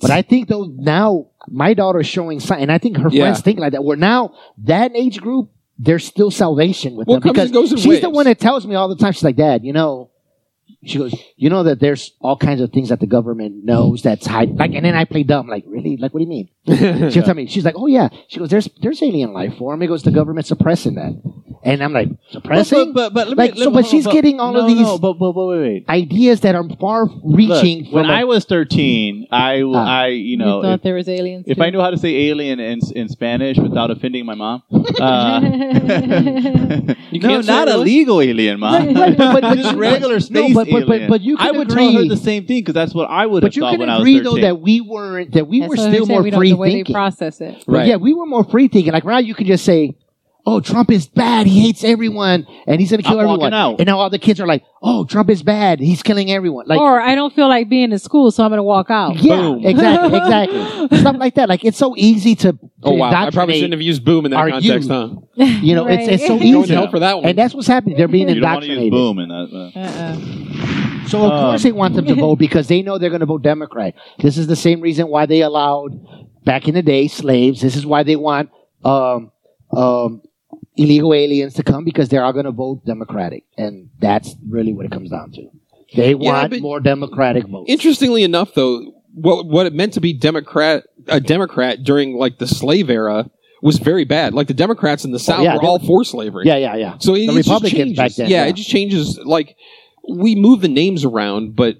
S3: But I think though now my daughter's showing sign, and I think her
S4: Yeah.
S3: friends think like that. Where now that age group, there's still salvation with
S4: Well, it
S3: them because
S4: comes and goes in
S3: she's the
S4: waves.
S3: one that tells me all the time. She's like, Dad, you know. She goes, you know that there's all kinds of things that the government knows that's hiding. Like, and then I play dumb. Like, really? Like, what do you mean? She'll tell me. She's like, "Oh yeah." She goes, "There's there's alien life form." He goes, "The government's suppressing that," and I'm like, "Suppressing
S2: but, but, let
S3: Like, so,
S2: let
S3: but
S2: hold
S3: she's
S2: on,
S3: getting all
S2: no,
S3: of these-
S2: No, but, but, but wait, wait.
S3: ideas that are
S2: Look,
S3: far-reaching."
S2: when
S3: from a-
S2: I was thirteen, I w-
S3: Ah.
S2: I you
S5: You
S2: know
S5: thought
S2: if,
S5: there was aliens.
S2: if
S5: too.
S2: I knew how to say alien in in Spanish without offending my mom, uh, no,
S4: You can't say
S2: not
S4: it
S2: a
S4: was?
S2: legal alien, mom.
S3: Right, right, but- but
S2: just
S3: you-
S2: regular space
S3: but- but- but-
S2: alien.
S3: but you
S2: I
S3: can
S2: would tell her
S3: agree-
S2: the same thing because that's what I would have
S3: but you
S2: thought
S3: can
S2: when I was
S3: agree
S2: thirteen.
S3: though that we weren't that we
S5: That's
S3: were
S5: what I'm
S3: still
S5: saying,
S3: more
S5: we don't-
S3: free
S5: the way they
S3: thinking.
S5: process it.
S3: But
S4: right
S3: Yeah, we were more free thinking. Like now, you can just say, "Oh, Trump is bad. He hates everyone, and he's gonna kill
S2: I'm walking
S3: everyone."
S2: out.
S3: And now all the kids are like, "Oh, Trump is bad. He's killing everyone." Like,
S5: or I don't feel like being in school, so I'm going to walk
S2: Oh,
S5: out.
S3: yeah,
S4: boom.
S3: exactly, exactly, stuff like that. Like, it's so easy to, to
S4: oh wow i probably
S3: indoctrinate,
S4: shouldn't have used boom in that
S3: Are
S4: context
S3: you-
S4: huh
S3: You know, it's it's so
S5: Right.
S4: going to
S3: easy.
S4: hell for that one
S3: And that's what's happening. They're being
S2: you don't want to
S3: indoctrinated.
S2: use boom in that. uh,
S5: Uh-uh.
S3: So of
S2: Um,
S3: course they want them to vote because they know they're going to vote Democrat. This is the same reason why they allowed back in the day, slaves. This is why they want um, um, illegal aliens to come because they're all going to vote Democratic, and that's really what it comes down to. They want
S4: but-
S3: more Democratic votes.
S4: Interestingly enough, though, what what it meant to be Democrat a Democrat during like the slave era was very bad. Like the Democrats in the South
S3: Oh, yeah,
S4: were
S3: they
S4: all for slavery.
S3: Yeah, yeah, yeah.
S4: So it,
S3: The
S4: it just
S3: Republicans
S4: changes.
S3: back then,
S4: yeah,
S3: yeah.
S4: it just changes. Like we move the names around, but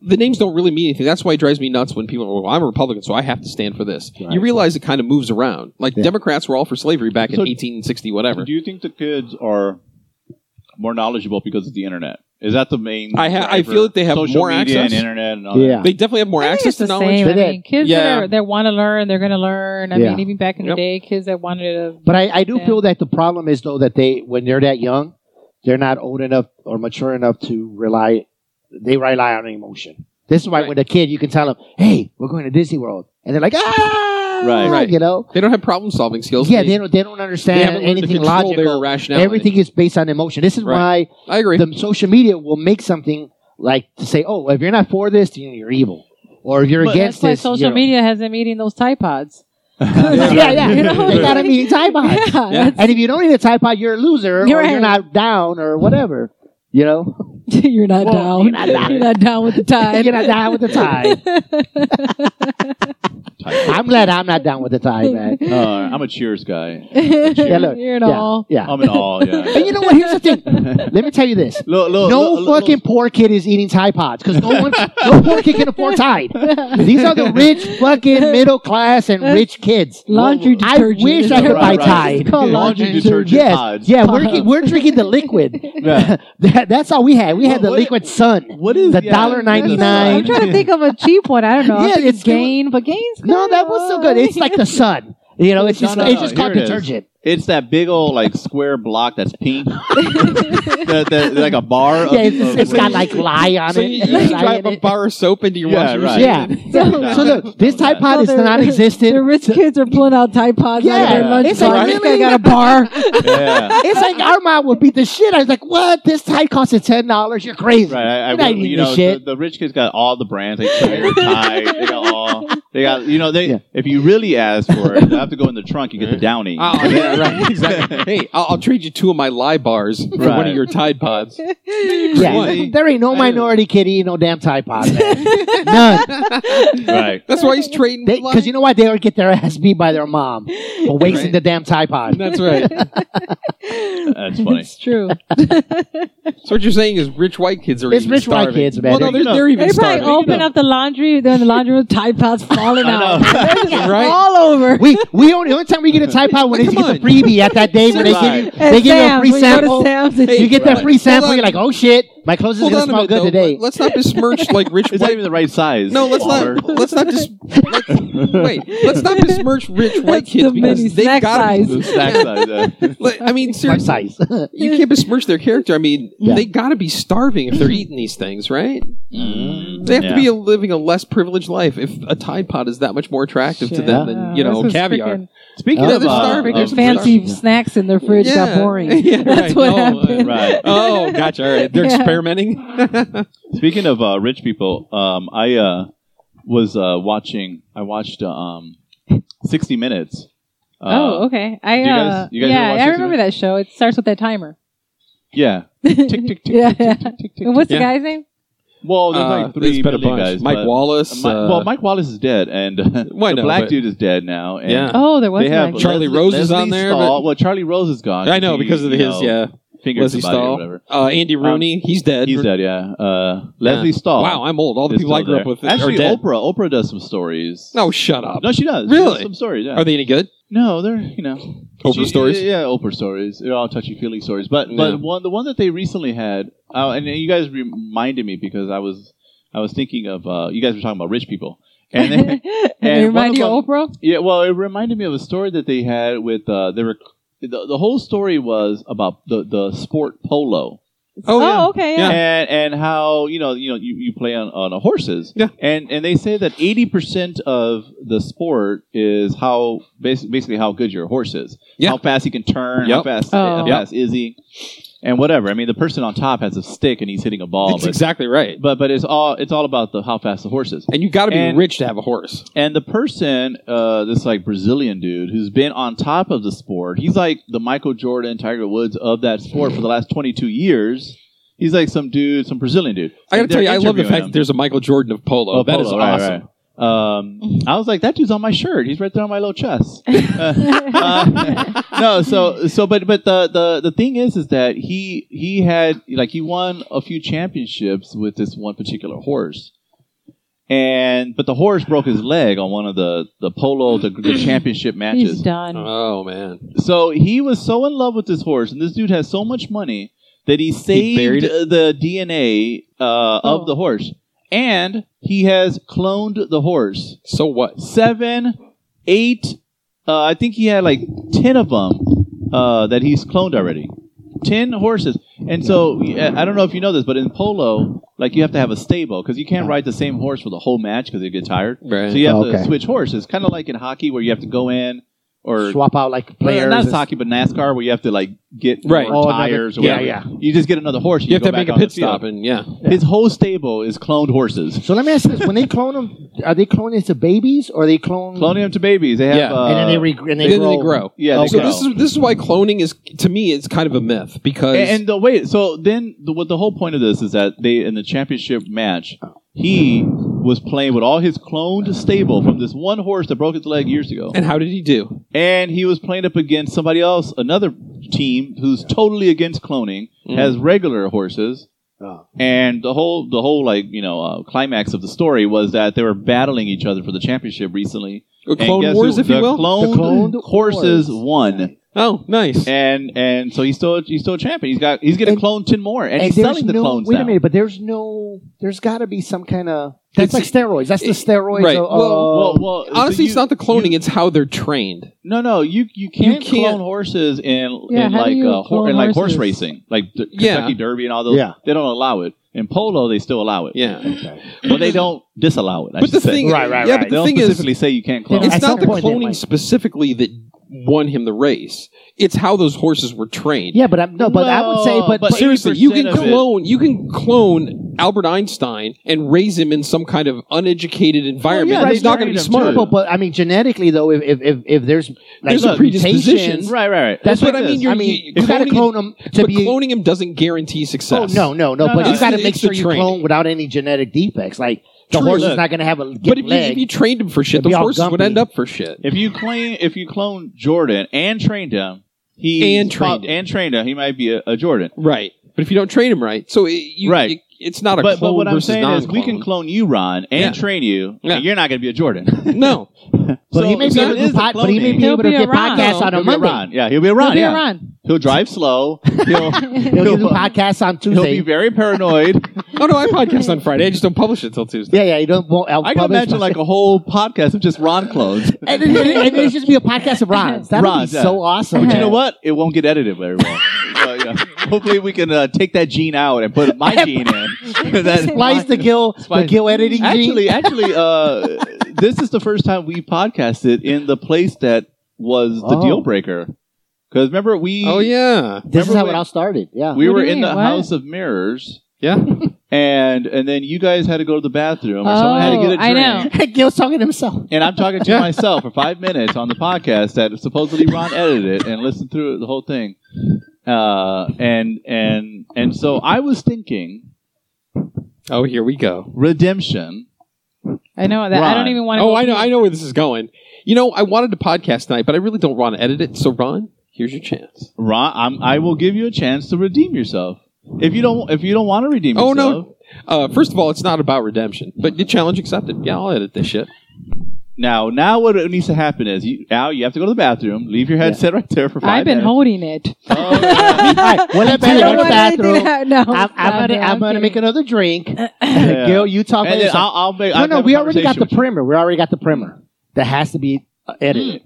S4: the names don't really mean anything. That's why it drives me nuts when people are, well, I'm a Republican, so I have to stand for this.
S3: Right.
S4: You realize it kind of moves around. Like
S3: Yeah.
S4: Democrats were all for slavery back in
S2: So-
S4: 1860, whatever.
S2: Do you think the kids are more knowledgeable because of the internet? Is that the main?
S4: I ha- I
S2: driver?
S4: feel like they have
S2: Social
S4: more
S2: media and
S4: access.
S2: internet and all
S3: Yeah.
S4: They definitely have more
S5: I think
S4: access
S5: it's
S4: to
S5: the
S4: knowledge.
S5: Same. I
S3: They
S5: mean, kids
S4: Yeah.
S5: that, are, that want to learn, they're going to learn. I
S3: Yeah.
S5: mean, even back in
S4: Yep.
S5: the day, kids that wanted to.
S3: But I, I do
S5: Yeah.
S3: feel that the problem is though that they when they're that young, they're not old enough or mature enough to rely. They rely on emotion. This is why
S4: Right.
S3: when a kid, you can tell them, "Hey, we're going to Disney World," and they're like, "Ah!"
S2: Right.
S4: Right.
S3: You know.
S4: They don't have problem solving skills.
S3: Yeah, they don't. They don't
S4: they
S3: understand
S4: haven't learned to
S3: anything
S4: control their
S3: logical.
S4: rationality.
S3: Everything is based on emotion. This is
S4: Right. I
S3: why
S4: agree.
S3: the social media will make something like to say, "Oh, if you're not for this, then you're evil," or if you're
S2: But
S5: That's
S3: against
S5: why
S3: this,
S5: social
S3: you're-
S5: media has them eating those Tide Pods.
S2: that.
S3: Yeah, yeah,
S5: You know,
S3: they gotta be Tide
S5: Yeah,
S3: Pods.
S5: that's-
S3: And if you don't need a type out, you're a loser,
S5: You're
S3: or you're
S5: right.
S3: not down, or whatever. You know,
S5: you're not
S3: Well,
S5: down.
S3: you're not down.
S5: You're not down with the tide.
S3: you're not down with the tide.
S2: Type.
S3: I'm glad I'm not down with the tide, man.
S2: Uh, I'm a Cheers guy.
S3: look,
S5: you're
S3: Yeah,
S5: an all.
S3: yeah.
S2: I'm an all. Yeah.
S3: And you know what? Here's the thing. Let me tell you this.
S2: Lo- lo-
S3: No
S2: lo- lo-
S3: fucking poor kid is eating Tide Pods because no one, no poor kid can afford Tide. These are the rich fucking middle class and rich kids.
S5: Laundry
S3: I
S5: detergent.
S3: wish
S5: is
S3: I could
S5: what
S3: buy
S5: it is.
S3: Tide.
S5: It's called
S2: Laundry
S5: laundry
S2: detergent.
S5: detergent.
S3: Yes,
S2: Pods.
S3: yeah, we're, ki- we're drinking the liquid.
S2: Yeah.
S3: That- that's all we had. We had the
S2: What- what-
S3: liquid sun.
S2: What is
S3: The
S2: yeah,
S3: $1.99.
S5: I'm trying to think of a cheap one. I don't know.
S3: Yeah,
S5: I think
S3: it's-
S5: it's Gain, but Gain's
S3: No, that was so good. It's like the sun. You know, it's
S2: No,
S3: just
S2: no,
S3: it's
S2: no,
S3: just
S2: here
S3: called
S2: it is.
S3: detergent.
S2: It's that big old like square block that's pink, that, that, like a bar. Of,
S3: Yeah, it's,
S2: of-
S3: it's got like lye on
S4: so
S3: it.
S4: you, you
S3: lye
S4: drive
S3: in
S4: a
S3: it.
S4: bar of soap into your
S2: Yeah,
S4: washing
S2: right.
S4: machine.
S3: Yeah.
S2: Yeah.
S3: So look, this Tide Pod is
S5: they're- The
S3: non-existent.
S5: rich kids are pulling out Tide Pods out of
S3: Yeah,
S5: their lunch
S3: it's
S5: box.
S3: like
S5: This
S3: really
S5: guy got a bar.
S2: yeah.
S3: It's like our mom would beat the shit. I was like, "What? This Tide costs you ten dollars? You're crazy."
S2: Right, I, I,
S3: You're not
S2: you
S3: eating
S2: know,
S3: this shit.
S2: The, the rich kids got all the brands, like Tiger, Tide, they got all, they got, you know, they.
S3: Yeah.
S2: If you really ask for it, you have to go in the trunk and get the Downy.
S4: Oh, yeah, right. Exactly. hey, I'll, I'll trade you two of my lie bars for one
S2: Right.
S4: of your Tide Pods.
S3: Yeah,
S4: Why?
S3: there ain't no
S4: I-
S3: minority kid eating no damn Tide Pod, man. None.
S2: Right.
S4: That's why he's trading. with
S3: Because you
S4: lying.
S3: know why they would get their ass beat by their mom for wasting
S4: Right.
S3: the damn Tide Pod.
S4: That's right.
S2: That's funny.
S5: It's true.
S4: So what you're saying is rich white kids are
S3: It's
S4: even
S3: rich white
S4: starving.
S3: kids, man.
S4: Well, no,
S2: They're-
S4: they're,
S2: you know,
S4: they're even
S5: They probably
S4: starving.
S5: open up the laundry. They're in the laundry room. Tide Pods falling
S2: I
S5: out.
S2: know.
S5: They're just
S4: Right.
S5: all over.
S3: We we only, the only time we get a Tide Pod when
S4: Like,
S3: it's
S4: come
S3: it's a
S4: on.
S3: freebie at that day when they give you
S5: At
S3: they give you a
S5: Sam's,
S3: free
S5: when go to
S3: sample.
S5: Sam's,
S4: Hey,
S5: it's-
S3: you get that
S4: Right.
S3: free sample,
S4: Hold on.
S3: you're like, oh shit, my clothes is
S4: Hold
S3: gonna
S4: on a
S3: smell
S4: minute,
S3: good
S4: though.
S3: today.
S4: Let- Let's not besmirch like rich
S2: It's not
S4: white.
S2: even the right size.
S4: No, let's
S2: Or-
S4: not. Let's not just wait. Let's not besmirch rich white
S5: That's
S4: kids
S5: the mini
S4: because they've
S5: snack
S4: got
S5: size.
S2: the snack size. uh, yeah.
S4: Like, I mean,
S3: My
S4: seriously,
S3: size.
S4: you can't besmirch their character. I mean,
S3: Yeah.
S4: they got to be starving if they're eating these things, right?
S2: Mm,
S4: They have
S2: yeah.
S4: to be a, living a less privileged life if a Tide Pod is that much more attractive to
S5: Shit.
S4: them than, you
S5: This
S4: know,
S5: is
S4: caviar.
S5: freaking-
S2: Speaking
S3: Yeah,
S2: of,
S4: they're
S2: uh,
S4: starving.
S2: of
S5: Their
S4: There's
S5: fancy
S3: fresh-
S5: snacks in their fridge got boring.
S4: Yeah,
S5: That's
S4: right.
S5: what
S4: No, uh,
S5: happened.
S2: Right.
S4: Oh, gotcha. All right. They're
S5: Yeah.
S4: experimenting.
S2: Speaking of uh, rich people, um, I uh, was uh, watching. I watched uh, um, 60 Minutes. Uh,
S5: oh, okay. I
S2: you guys-
S5: uh,
S2: you guys ever
S5: yeah,
S2: watch
S5: I
S2: Six
S5: remember that show. It starts with that timer.
S2: Yeah. Tick tick tick.
S5: Yeah.
S2: tick, tick, tick, tick, tick,
S5: And what's
S4: Yeah.
S5: the guy's name?
S2: Well, there's
S4: Uh,
S2: like three
S4: it's been a
S2: million
S4: bunch.
S2: guys.
S4: Mike
S2: but-
S4: Wallace.
S2: Mi-
S4: uh,
S2: well, Mike Wallace is dead, and
S4: Well, I
S2: the
S4: know,
S2: black
S4: but-
S2: dude is dead now. And
S4: Yeah.
S5: Oh, there was
S2: They have
S5: one.
S4: Charlie
S2: Leslie-
S4: Rose is
S2: Leslie
S4: on there,
S2: Stahl.
S4: but-
S2: Well, Charlie Rose is gone.
S4: I know
S2: He,
S4: because of
S2: you
S4: his
S2: know,
S4: yeah.
S2: fingered
S4: Leslie
S2: somebody or
S4: Stahl.
S2: whatever.
S4: Uh, Andy Rooney. he's dead.
S2: He's dead. Yeah. Uh, Leslie
S4: Yeah.
S2: Stahl.
S4: Wow, I'm old. All the
S2: is
S4: people I
S2: still
S4: grew up
S2: there.
S4: with
S2: Actually,
S4: are dead.
S2: Oprah. Oprah does some stories.
S4: No, shut up.
S2: No, she does. She
S4: Really?
S2: does some stories. Yeah.
S4: Are they any good?
S2: No, they're you know
S4: Oprah
S2: she-
S4: stories?
S2: Yeah, Oprah stories. They're all touchy feely stories. But
S4: Yeah.
S2: but one the one that they recently had, uh, and you guys reminded me because I was I was thinking of uh, you guys were talking about rich people, and then,
S5: they
S2: and one
S5: remind
S2: of
S5: you of
S2: them-
S5: Oprah?
S2: yeah, well, it reminded me of a story that they had with uh, they were the, the whole story was about the the sport polo
S4: Oh, yeah.
S5: okay.
S4: Yeah.
S5: Yeah.
S2: and and how you know you know you, you play on on uh, horses
S4: Yeah.
S2: and and they say that 80% of the sport is how basically, basically how good your horse is
S4: Yeah.
S2: how fast he can turn how
S4: Yep.
S2: fast
S5: Oh.
S2: how
S5: Yep.
S2: fast is he and whatever. I mean, the person on top has a stick and he's hitting a ball.
S4: That's
S2: but,
S4: exactly right.
S2: but but it's all it's all about the how fast the horse is.
S4: And you got to be
S2: And-
S4: rich to have a horse.
S2: And the person, uh, this like Brazilian dude who's been on top of the sport, he's like the Michael Jordan, Tiger Woods of that sport for the last 22 years. He's like some dude, some Brazilian dude.
S4: I got to
S2: And
S4: tell you,
S2: they're
S4: I love the
S2: interviewing
S4: fact
S2: him.
S4: that there's a Michael Jordan of polo.
S2: Oh,
S4: That is
S2: polo, right,
S4: awesome.
S2: right. Um, I was like, that dude's on my shirt. He's right there on my little chest. Uh, uh, no, so so, but but the, the the thing is, is that he he had like he won a few championships with this one particular horse, and but the horse broke his leg on one of the the polo the, the championship
S5: He's
S2: matches.
S5: done.
S4: Oh man,
S2: So he was so in love with this horse, and this dude has so much money that he saved
S4: buried
S2: the DNA uh,
S5: Oh.
S2: of the horse, and he has cloned the horse
S4: so what?
S2: seven, eight. Uh, I think he had like ten of them uh, that he's cloned already. Ten horses, and so yeah, I don't know if you know this, but in polo, like you have to have a stable because you can't ride the same horse for the whole match because they get tired.
S4: Right.
S2: So you have
S3: Okay.
S2: to switch horses, kind of like in hockey where you have to go in or
S3: Swap out like
S2: well,
S3: players.
S2: Not
S3: and-
S2: hockey, but NASCAR, where you have to like get
S4: Right.
S2: more
S3: Oh, another-
S2: tires. or
S3: yeah,
S2: whatever.
S3: yeah.
S2: You just get another horse.
S4: you have
S2: go
S4: to make
S2: back
S4: a
S2: on the
S4: pit stop,
S2: field.
S4: and yeah,
S2: His whole stable is cloned horses.
S3: So let me ask you this: When they clone them, are they cloning to babies or are they clone?
S2: Cloning them to babies. They have.
S4: Yeah.
S2: Uh,
S3: and then they re- and they
S4: then
S3: grow.
S4: they grow. Oh,
S2: yeah. they
S3: Okay.
S4: So
S2: grow.
S4: this is this is why cloning is to me it's kind of a myth because
S2: And, and the wait, so then the, what the whole point of this is that they in the championship match, he was playing with all his cloned stable from this one horse that broke his leg years ago,
S4: and how did he do?
S2: and he was playing up against somebody else, another team who's totally against cloning,
S4: Mm.
S2: has regular horses. And the whole the whole like you know uh, climax of the story was that they were battling each other for the championship recently.
S4: Or
S2: And
S4: Clone
S2: guess
S4: Wars,
S2: who?
S4: if you
S2: The
S4: will.
S2: Cloned,
S3: cloned
S2: horses
S3: wars.
S2: won
S4: oh, nice.
S2: and and so he's still he's still a champion. He's got he's gonna
S3: And-
S2: clone ten more, and,
S3: And
S2: he's
S3: there's
S2: selling the
S3: no,
S2: clones
S3: Wait
S2: now.
S3: a minute, but there's no. There's got to be some kind of. That's like
S4: It's-
S3: steroids. That's the
S4: it-
S3: steroids.
S4: right.
S3: Of,
S4: Well,
S2: Well,
S3: of-
S2: well,
S4: Honestly,
S2: so you-
S4: it's not the cloning;
S2: you-
S4: it's how they're trained.
S2: no, no, you you can't,
S4: can't-
S2: clone horses in
S5: Yeah,
S2: in
S5: how do
S2: like
S5: you
S2: uh, hor-
S5: clone
S2: in like horse
S5: horses?
S2: racing, like the
S4: Yeah.
S2: Kentucky Derby and all those.
S3: Yeah.
S2: they don't allow it. In polo, they still allow it.
S4: Yeah,
S2: but they don't disallow it. I
S4: but the
S2: should say.
S4: thing,
S3: Right, right,
S4: yeah,
S3: right.
S4: but
S2: they
S4: the
S2: don't
S4: thing is,
S2: specifically say you can't clone.
S5: They
S4: it's
S3: At some
S4: not the
S3: point they
S4: cloning
S3: might.
S4: specifically that won him the race; it's how those horses were trained.
S3: yeah, but I'm, no, but I would say,
S2: Well,
S3: but,
S2: but
S3: but-
S4: Seriously, you can
S2: 80% of it-
S4: clone you can clone Albert Einstein and raise him in some kind of uneducated environment.
S2: yeah,
S4: he's
S2: they
S4: not going to
S2: trained
S4: be
S2: him
S4: smart.
S2: too.
S3: but, but, I mean, genetically though, if if if, if there's like,
S4: There's a
S3: look,
S4: predisposition.
S3: mutations,
S2: Right, right, right.
S3: That's
S2: Look
S3: what
S2: at
S3: I mean.
S2: this.
S3: You, I
S4: I
S3: mean,
S4: mean,
S3: you got to
S4: cloning-
S3: clone them to
S4: But
S3: be.
S4: cloning him doesn't guarantee
S3: oh
S4: success.
S3: no, no, no!
S2: No,
S3: but
S2: no,
S3: you got to
S4: it's-
S3: make
S4: it's
S3: sure
S4: the
S3: you
S4: training.
S3: clone without any genetic defects. Like the
S4: True.
S3: horse is
S2: Look.
S3: not going to have a
S4: But
S3: get
S4: if you,
S3: leg.
S4: if you trained him for shit,
S3: It'd be
S4: those
S3: all
S4: horses would
S3: gumpy.
S4: end up for shit.
S2: If you clone if you clone Jordan and trained him, he
S4: And trained him.
S2: and trained him, he might be a, a Jordan.
S4: Right. But if you don't train him right, so it, you,
S2: Right.
S4: it- it's not a
S2: but,
S4: clone
S2: but what I'm
S4: versus
S2: saying is, we can
S4: non-clone.
S2: clone you, Ron, and
S4: Yeah.
S2: train you,
S4: Yeah.
S2: and you're not going to be a Jordan.
S4: No,
S3: but, he
S2: So-
S3: may be
S2: so
S3: able
S2: it
S3: to do
S2: is a
S3: pod, but he
S2: cloning.
S3: may be
S5: He'll
S3: able to
S5: be
S3: get
S5: around.
S3: podcasts on
S2: He'll
S3: a
S2: be
S3: Monday.
S2: around. Yeah, he'll be around.
S5: He'll be
S2: yeah.
S5: around.
S2: He'll drive slow. He'll, he'll-
S3: He'll do podcasts on
S2: he'll
S3: Tuesday.
S2: be very paranoid.
S4: oh no, I podcast on Friday. I just don't publish it till Tuesday.
S3: Yeah, yeah. You don't. Well, I'll
S2: I can
S3: publish
S2: imagine
S3: my-
S2: like a whole podcast of just Ron clones.
S3: and, it, and, it, and it's just be a podcast of Ron's. That would
S2: Ron's,
S3: be
S2: yeah.
S3: so awesome.
S2: But you know what? It won't get edited very well. So, yeah. Hopefully, we can uh, take that gene out and put my gene in. That-
S3: Splice the gill, the
S2: Splice-
S3: gill editing. gene.
S2: Actually, actually, uh, this is the first time we podcasted in the place that was the
S3: Oh.
S2: deal breaker. Because remember, we
S4: Oh yeah,
S3: this is
S2: remember
S3: how
S2: when-
S3: it all started. Yeah.
S2: we
S5: What
S2: were
S5: do you
S2: in
S5: mean?
S2: the
S5: What?
S2: House of Mirrors,
S4: yeah.
S2: and and then you guys had to go to the bathroom, or someone had to
S5: Oh,
S2: get a drink.
S5: I know.
S3: Gil's talking to himself.
S2: And I'm talking to myself for five minutes on the podcast that supposedly Ron edited and listened through the whole thing. Uh, and and and so I was thinking
S4: Oh, here we go.
S2: redemption.
S5: I know that. I
S2: Ron.
S5: don't even want to.
S4: Oh, I know, I know where this is going. You know, I wanted to podcast tonight, but I really don't want to edit it. So, Ron, here's your chance.
S2: Ron, I'm, I will give you a chance to redeem yourself. If you don't, if you don't want to redeem
S4: Oh,
S2: yourself,
S4: no. Uh, first of all, it's not about redemption, but the challenge accepted. Yeah, I'll edit this shit.
S2: Now, now, what needs to happen is you, now you have to go to the bathroom, leave your headset right there for 5
S5: I've been
S2: minutes.
S5: holding it.
S2: Oh, yeah.
S3: all right, well, let me
S5: I
S3: go
S5: don't
S3: to the
S5: want anything to
S3: bathroom.
S5: ha- No,
S3: I'm, I'm gonna, I'm gonna make another drink. Gil, you talk.
S2: And
S3: about
S2: then
S3: yourself.
S2: I'll, I'll make.
S3: No,
S2: I'll
S3: no,
S2: have a
S3: we already got
S2: conversation
S3: the
S2: with you.
S3: primer. We already got the primer that has to be uh, edited.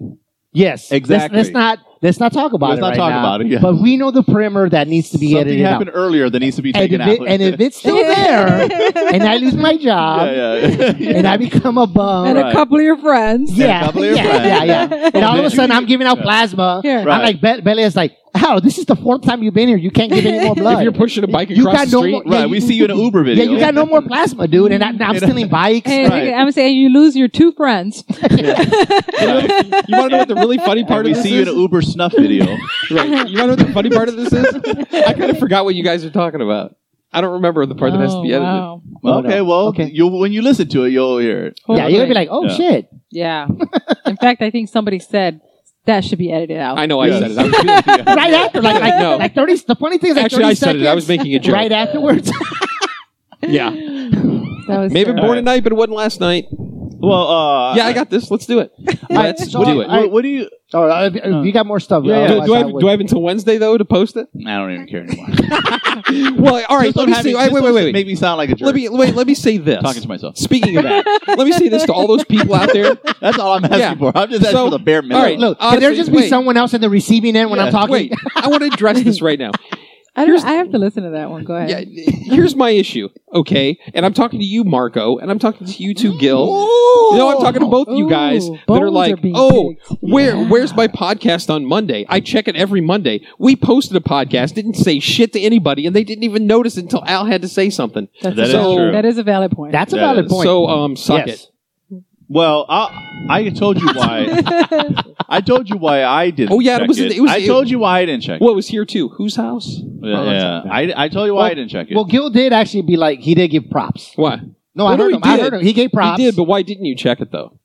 S3: Yes, Let's-
S2: Exactly.
S3: Let's, not. Let's not talk about
S2: Let's
S3: it.
S2: not
S3: right
S2: talk
S3: now.
S2: about it, yeah.
S3: But we know the primer that needs to be
S2: Something
S3: edited
S2: happened
S3: out.
S2: earlier that needs to be
S3: And
S2: taken
S3: if, it,
S2: out.
S3: and if it's still there, and I lose my job,
S2: yeah, yeah, yeah.
S3: and I become a bum,
S2: And
S6: and
S2: a Right.
S6: a couple of your friends.
S2: a
S3: yeah,
S2: couple
S3: yeah,
S2: of friends.
S3: yeah, yeah. And all of a sudden, I'm giving out
S2: Yeah.
S3: plasma.
S6: Here.
S2: Right.
S3: I'm like, Be- Bella is like, how? This is the fourth time you've been here. You can't give any more blood.
S4: If you're pushing a bike
S3: You
S4: across
S3: got
S4: the
S3: no
S4: street,
S3: more-
S2: right,
S3: yeah,
S2: we
S3: you-
S2: see you in an Uber video.
S3: yeah, you got no more plasma, dude. And I, now I'm stealing bikes.
S6: Hey,
S2: Right.
S6: I'm gonna say you lose your two friends.
S2: Right.
S4: you want to know what the really funny
S2: And
S4: part
S2: we
S4: of this
S2: see you
S4: is?
S2: in an Uber snuff video.
S4: Right. You want to know what the funny part of this is? I kind of forgot what you guys are talking about. I don't remember the part that has to be
S5: Oh,
S4: edited.
S5: wow.
S3: Oh, no.
S2: okay, well,
S3: Okay.
S2: You'll, when you listen to it, you'll hear it.
S3: yeah, you're gonna be like, oh
S2: Yeah.
S3: shit.
S5: Yeah. In fact, I think somebody said that should be edited out.
S4: I know I
S2: Yes.
S4: said it. I was,
S3: Right after, like, like,
S4: No.
S3: like thirty. The funny thing is, like
S4: actually,
S3: 30
S4: I said it. I was
S3: seconds
S4: making a joke.
S3: right afterwards.
S4: Yeah.
S5: That was
S4: Maybe
S5: terrible.
S4: born tonight, but it wasn't last night.
S2: Well, uh,
S4: yeah, I got this. Let's do it. Let's
S3: so-
S4: do it.
S2: What, what do you?
S3: oh, uh, if- if you got more stuff.
S2: Yeah, yeah.
S4: do,
S3: otherwise
S4: do I
S3: I
S4: have,
S3: would-
S4: do I have until Wednesday though to post it?
S2: I don't even care anymore.
S4: Well, all right.
S2: Just
S4: Let
S2: don't
S4: me
S2: have
S4: say.
S2: me-
S4: Wait,
S2: just
S4: wait,
S2: don't
S4: wait, wait.
S2: Make me sound like a jerk.
S4: Let me wait. Let me say this.
S2: talking to myself.
S4: Speaking of that, let me say this to all those people out there.
S2: That's all I'm asking
S4: Yeah.
S2: for. I'm just asking
S4: So-
S2: for the bare minimum.
S4: all right,
S3: Look, can
S4: Honestly,
S3: there just be
S4: wait.
S3: someone else in the receiving end when
S2: Yeah.
S3: I'm talking?
S4: Wait, I want to address this right now.
S5: I, don't, I have to listen to that one. Go ahead.
S4: Yeah, here's my issue. Okay, and I'm talking to you, Marco, and I'm talking to you too, Gil. No, I'm talking to both of you guys
S5: Ooh,
S4: that are
S5: bones
S4: like,
S5: are being
S4: oh,
S5: picked."
S4: where where's my podcast on Monday? I check it every Monday. We posted a podcast, didn't say shit to anybody, and they didn't even notice it until Al had to say something.
S5: That's
S2: That
S5: a
S2: is
S5: valid-
S2: true.
S5: That is a valid point.
S3: That's a
S2: That
S3: valid
S2: is-
S3: point.
S4: So, um, suck
S3: Yes.
S4: it.
S2: Well, I, I told you why. I told you why I didn't.
S4: Oh, yeah, it
S2: check
S4: was- it was-
S2: I
S4: it-
S2: told you why I didn't check. it.
S4: What was here too? Whose house?
S2: yeah, yeah. I, I told you why I didn't check it.
S3: well, Gil did actually be like, he did give props.
S4: Why?
S3: No,
S4: Well,
S3: I
S4: no,
S3: heard
S4: he
S3: him. I
S4: did.
S3: heard him. He gave props.
S4: He did, but why didn't you check it though?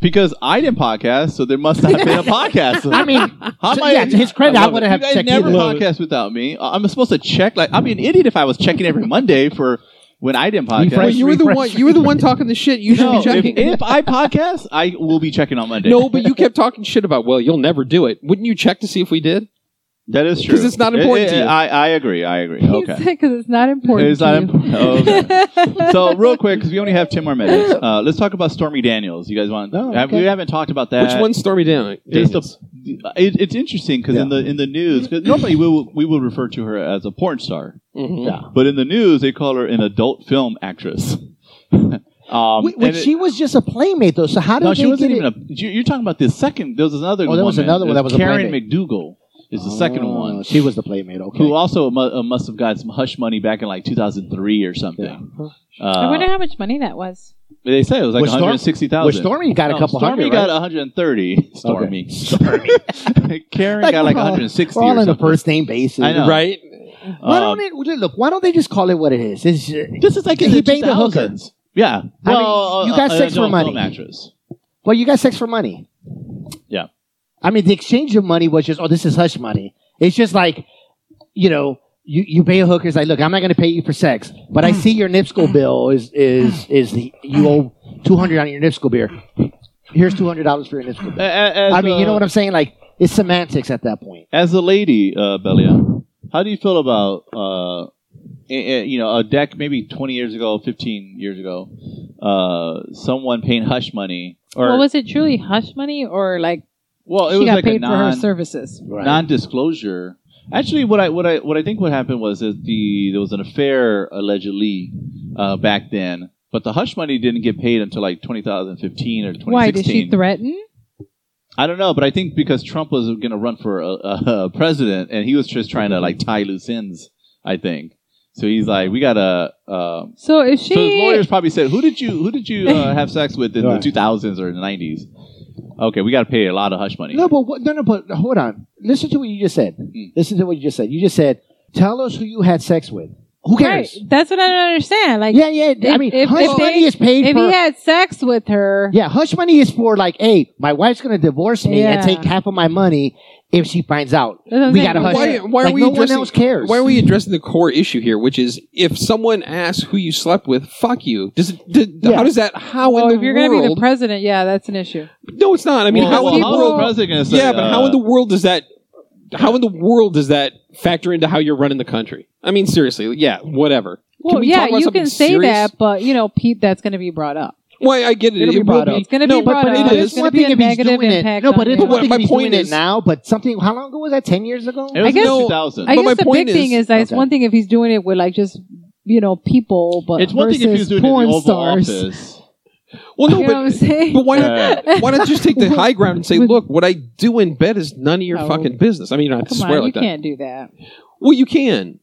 S2: because I didn't podcast, so there must not have been a podcast.
S3: I mean,
S2: How am
S3: So,
S2: I-
S3: yeah, to his credit,
S2: love
S3: I wouldn't
S2: it.
S3: have
S2: you guys
S3: checked
S2: Never
S3: either.
S2: podcast without me. I- I'm supposed to check. Like I'd be an idiot if I was checking every Monday for when I didn't podcast.
S3: Refresh,
S4: Well, you were the
S3: refresh,
S4: one. You were the one talking the shit. You should
S2: No,
S4: be
S2: if,
S4: checking.
S2: if I podcast, I will be checking on Monday.
S4: no, but you kept talking shit about. Well, you'll never do it. Wouldn't you check to see if we did?
S2: that is true
S4: 'Cause it's not important
S2: It-
S4: to
S2: it-
S4: you.
S2: I, I agree. I agree. Okay.
S5: Because it's not important.
S2: It's not
S5: to you.
S2: important. Oh, Okay. so real quick, because we only have ten more minutes, uh, let's talk about Stormy Daniels. You guys want?
S3: Oh,
S2: have-
S3: okay.
S2: We haven't talked about that.
S4: Which one's Stormy Dan-
S2: It's,
S4: Daniels?
S2: the, it, it's interesting because in the in the news, 'cause normally we will, we would refer to her as a porn star,
S5: Mm-hmm.
S4: Mhm.
S2: but in the news they call her an adult film actress. um,
S3: Wait, wait,
S2: and it-
S3: she was just a playmate though. So how did
S2: no,
S3: they
S2: she wasn't
S3: get
S2: even
S3: it?
S2: a. You, you're talking about this second. There was another.
S3: Oh, there was
S2: woman.
S3: another one
S2: It
S3: that was a
S2: Karen
S3: playmate.
S2: McDougal. Is the second
S3: Oh,
S2: one
S3: She was the playmate. Okay.
S2: who also mu- uh, must have got some hush money back in like 2003 or something.
S5: I
S2: Uh,
S5: wonder how much money that was.
S2: they say it was like
S3: Was Storm-
S2: 160,000.
S3: Well, Stormy got a
S2: No,
S3: couple
S2: Stormy
S3: hundred.
S2: got
S3: right?
S2: 130. Stormy.
S3: Stormy.
S2: Karen got like
S3: we're all-
S2: 160
S3: We're all
S2: or
S3: on the
S2: something.
S3: first name basis.
S2: I know.
S4: Right?
S3: Why
S2: Um,
S3: don't it, look? Why don't they just call it what it is? It's just-
S2: This is like in
S3: He
S2: the
S3: banged a hooker.
S2: 2000s. Yeah.
S3: I mean, you got
S2: a-
S3: sex
S2: an
S3: for
S2: adult
S3: money.
S2: Film actress.
S3: well, you got sex for money.
S2: Yeah.
S3: I mean, the exchange of money was just, oh, this is hush money. It's just like, you know, you, you pay a hooker. It's like, look, I'm not going to pay you for sex, but
S2: Hmm.
S3: I see your NIPSCO bill is is is the, you owe two hundred on your NIPSCO beer. Here's two hundred dollars for your NIPSCO
S2: A-
S3: bill.
S2: a- As,
S3: I mean, you know what
S2: a-
S3: I'm saying? Like, it's semantics at that point.
S2: As a lady, uh, Belia, how do you feel about, uh, a- a- you know, a deck maybe 20 years ago, 15 years ago, uh, someone paying hush money? Or,
S5: well, was it truly hush money or like
S2: well, it
S5: she
S2: was
S5: got
S2: like a
S5: paid for her
S2: non,
S5: services?
S3: Right.
S2: non-disclosure. Actually, what I what I what I think what happened was that the there was an affair allegedly uh, back then, but the hush money didn't get paid until like 2015 or 2016.
S5: Why did she threaten?
S2: I don't know, but I think because Trump was going to run for a, a, a president, and he was just trying to like tie loose ends. I think so. He's like, we gotta. Um,
S5: So if she
S2: so his lawyers probably said, "Who did you who did you uh, have sex with in
S3: Right.
S2: the 2000s or the 90s?" Okay, we got to pay a lot of hush money.
S3: No, but what, no, no, but hold on. Listen to what you just said.
S2: Hmm.
S3: Listen to what you just said. You just said, tell us who you had sex with. Who
S5: right,
S3: cares?
S5: that's what I don't understand. Like
S3: Yeah, yeah. I
S5: If-
S3: mean,
S5: if-
S3: hush
S5: if they-
S3: money is paid
S5: if
S3: for.
S5: he had sex with her,
S3: yeah, hush money is for like, hey, my wife's gonna divorce me and
S5: Yeah.
S3: take half of my money if she finds out.
S5: That's what I'm
S3: We
S5: saying.
S3: got a hush.
S4: Why-
S3: money.
S4: why are
S3: like,
S4: we
S3: no one
S4: addressing-
S3: else cares?
S4: Why are we addressing the core issue here, which is if someone asks who you slept with, fuck you. Does it, did,
S3: Yeah.
S4: How does that? How
S5: well,
S4: in the
S5: if you're
S4: world?
S5: gonna be the president, yeah, that's an issue.
S4: no, it's not. I mean,
S2: Well,
S4: how
S2: well,
S4: in the
S5: how
S2: is
S5: people-
S2: the
S4: world?
S2: president going to say?
S4: yeah, but how
S2: uh,
S4: in the world does that? How in the world does that factor into how you're running the country? I mean, seriously, yeah, whatever.
S5: Well,
S4: we
S5: yeah,
S4: talk about
S5: you
S4: something
S5: can say
S4: serious?
S5: that, but you know, Pete, that's going to be brought up.
S4: Why I get it.
S3: It'll
S4: it
S3: be
S4: will
S3: brought
S4: be.
S3: up.
S5: It's gonna
S4: No,
S5: be
S4: but-
S5: brought
S4: but it
S5: up.
S4: is.
S5: It's gonna be a negative
S3: doing
S5: impact.
S3: It. No,
S5: on
S3: but it's
S5: it.
S4: But
S3: one thing
S4: my
S3: if he's
S4: point
S3: doing
S4: is-
S3: it now. But something. How long ago was that? Ten years ago.
S2: It was
S5: guess-
S2: in 2000.
S5: I
S4: But my
S5: guess the
S4: point
S5: big thing
S4: is-
S5: is that it's
S3: Okay.
S5: one thing if he's doing it with like just you know people, but
S2: it's one thing if he was
S5: versus
S2: doing it in the
S5: porn
S2: Oval
S5: stars.
S2: Office.
S4: Well, no,
S5: You know what I'm
S4: but
S5: saying?
S4: but why not?
S2: Yeah.
S4: Why not just take the high ground and say,
S5: With-
S4: look, what I do in bed is none of your
S5: No.
S4: fucking business. I mean, you don't have to
S5: Come on,
S4: swear
S5: you
S4: like that.
S5: can't do that.
S4: Well, you can.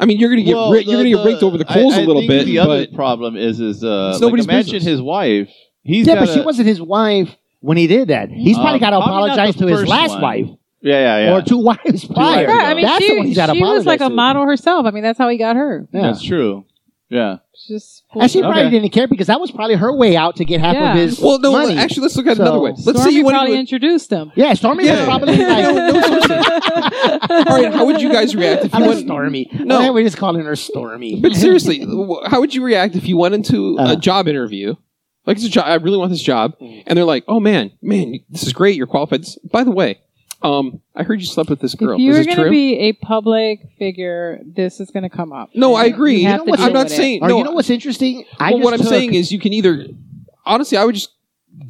S4: I mean, you're gonna get
S2: Well,
S4: ri- you're
S2: the-
S4: gonna get
S2: the-
S4: raked over the coals
S2: I-
S4: a
S2: I
S4: little
S2: think
S4: bit,
S2: The other
S4: but
S2: problem is, is uh,
S4: It's
S2: like
S4: nobody's
S2: imagine
S4: business.
S2: his wife. He's
S3: yeah,
S2: got
S3: but she
S2: a-
S3: wasn't his wife when he did that. He's probably
S2: Um,
S3: got to
S2: probably not
S3: apologize
S2: the
S3: to his
S2: first
S3: last
S2: one.
S3: wife
S2: Yeah, yeah, yeah.
S3: or two wives prior.
S2: There
S5: Right,
S2: you
S5: I mean,
S3: That's
S5: she,
S3: the one he's got to
S5: she
S3: apologize
S5: was like a
S3: to.
S5: model herself. I mean, that's how he got her.
S3: Yeah.
S2: That's true. Yeah.
S5: It's Just
S3: And she
S2: Okay.
S3: probably didn't care because that was probably her way out to get half
S5: Yeah.
S3: of his
S4: well, no.
S3: money.
S4: Actually, let's look at it another
S3: So-
S4: way. Let's
S5: Stormy
S4: say you went
S5: probably
S4: into a-
S5: introduced him.
S3: yeah, Stormy
S4: Yeah.
S3: was probably like,
S4: all right. How would you guys react if
S3: I
S4: you
S3: love
S4: went?
S3: Stormy.
S4: No.
S3: No, we're just calling her Stormy.
S4: But seriously, wh- how would you react if you went into
S3: Uh.
S4: a job interview? Like it's a job. I really want this job,
S3: Mm.
S4: and they're like, "Oh man, man, this is great. You're qualified." This- By the way, um, I heard you slept with this girl.
S5: If you
S4: is
S5: were
S4: this
S5: going
S4: true?
S5: to be a public figure, this is going to come up.
S4: No, I
S5: You
S4: agree.
S5: have
S3: You know
S5: to
S3: what-
S5: deal
S4: I'm not
S5: with it.
S4: saying
S3: Or
S4: no.
S3: you know what's interesting? I
S4: well,
S3: just
S4: what I'm
S3: took-
S4: saying is, you can either. Honestly, I would just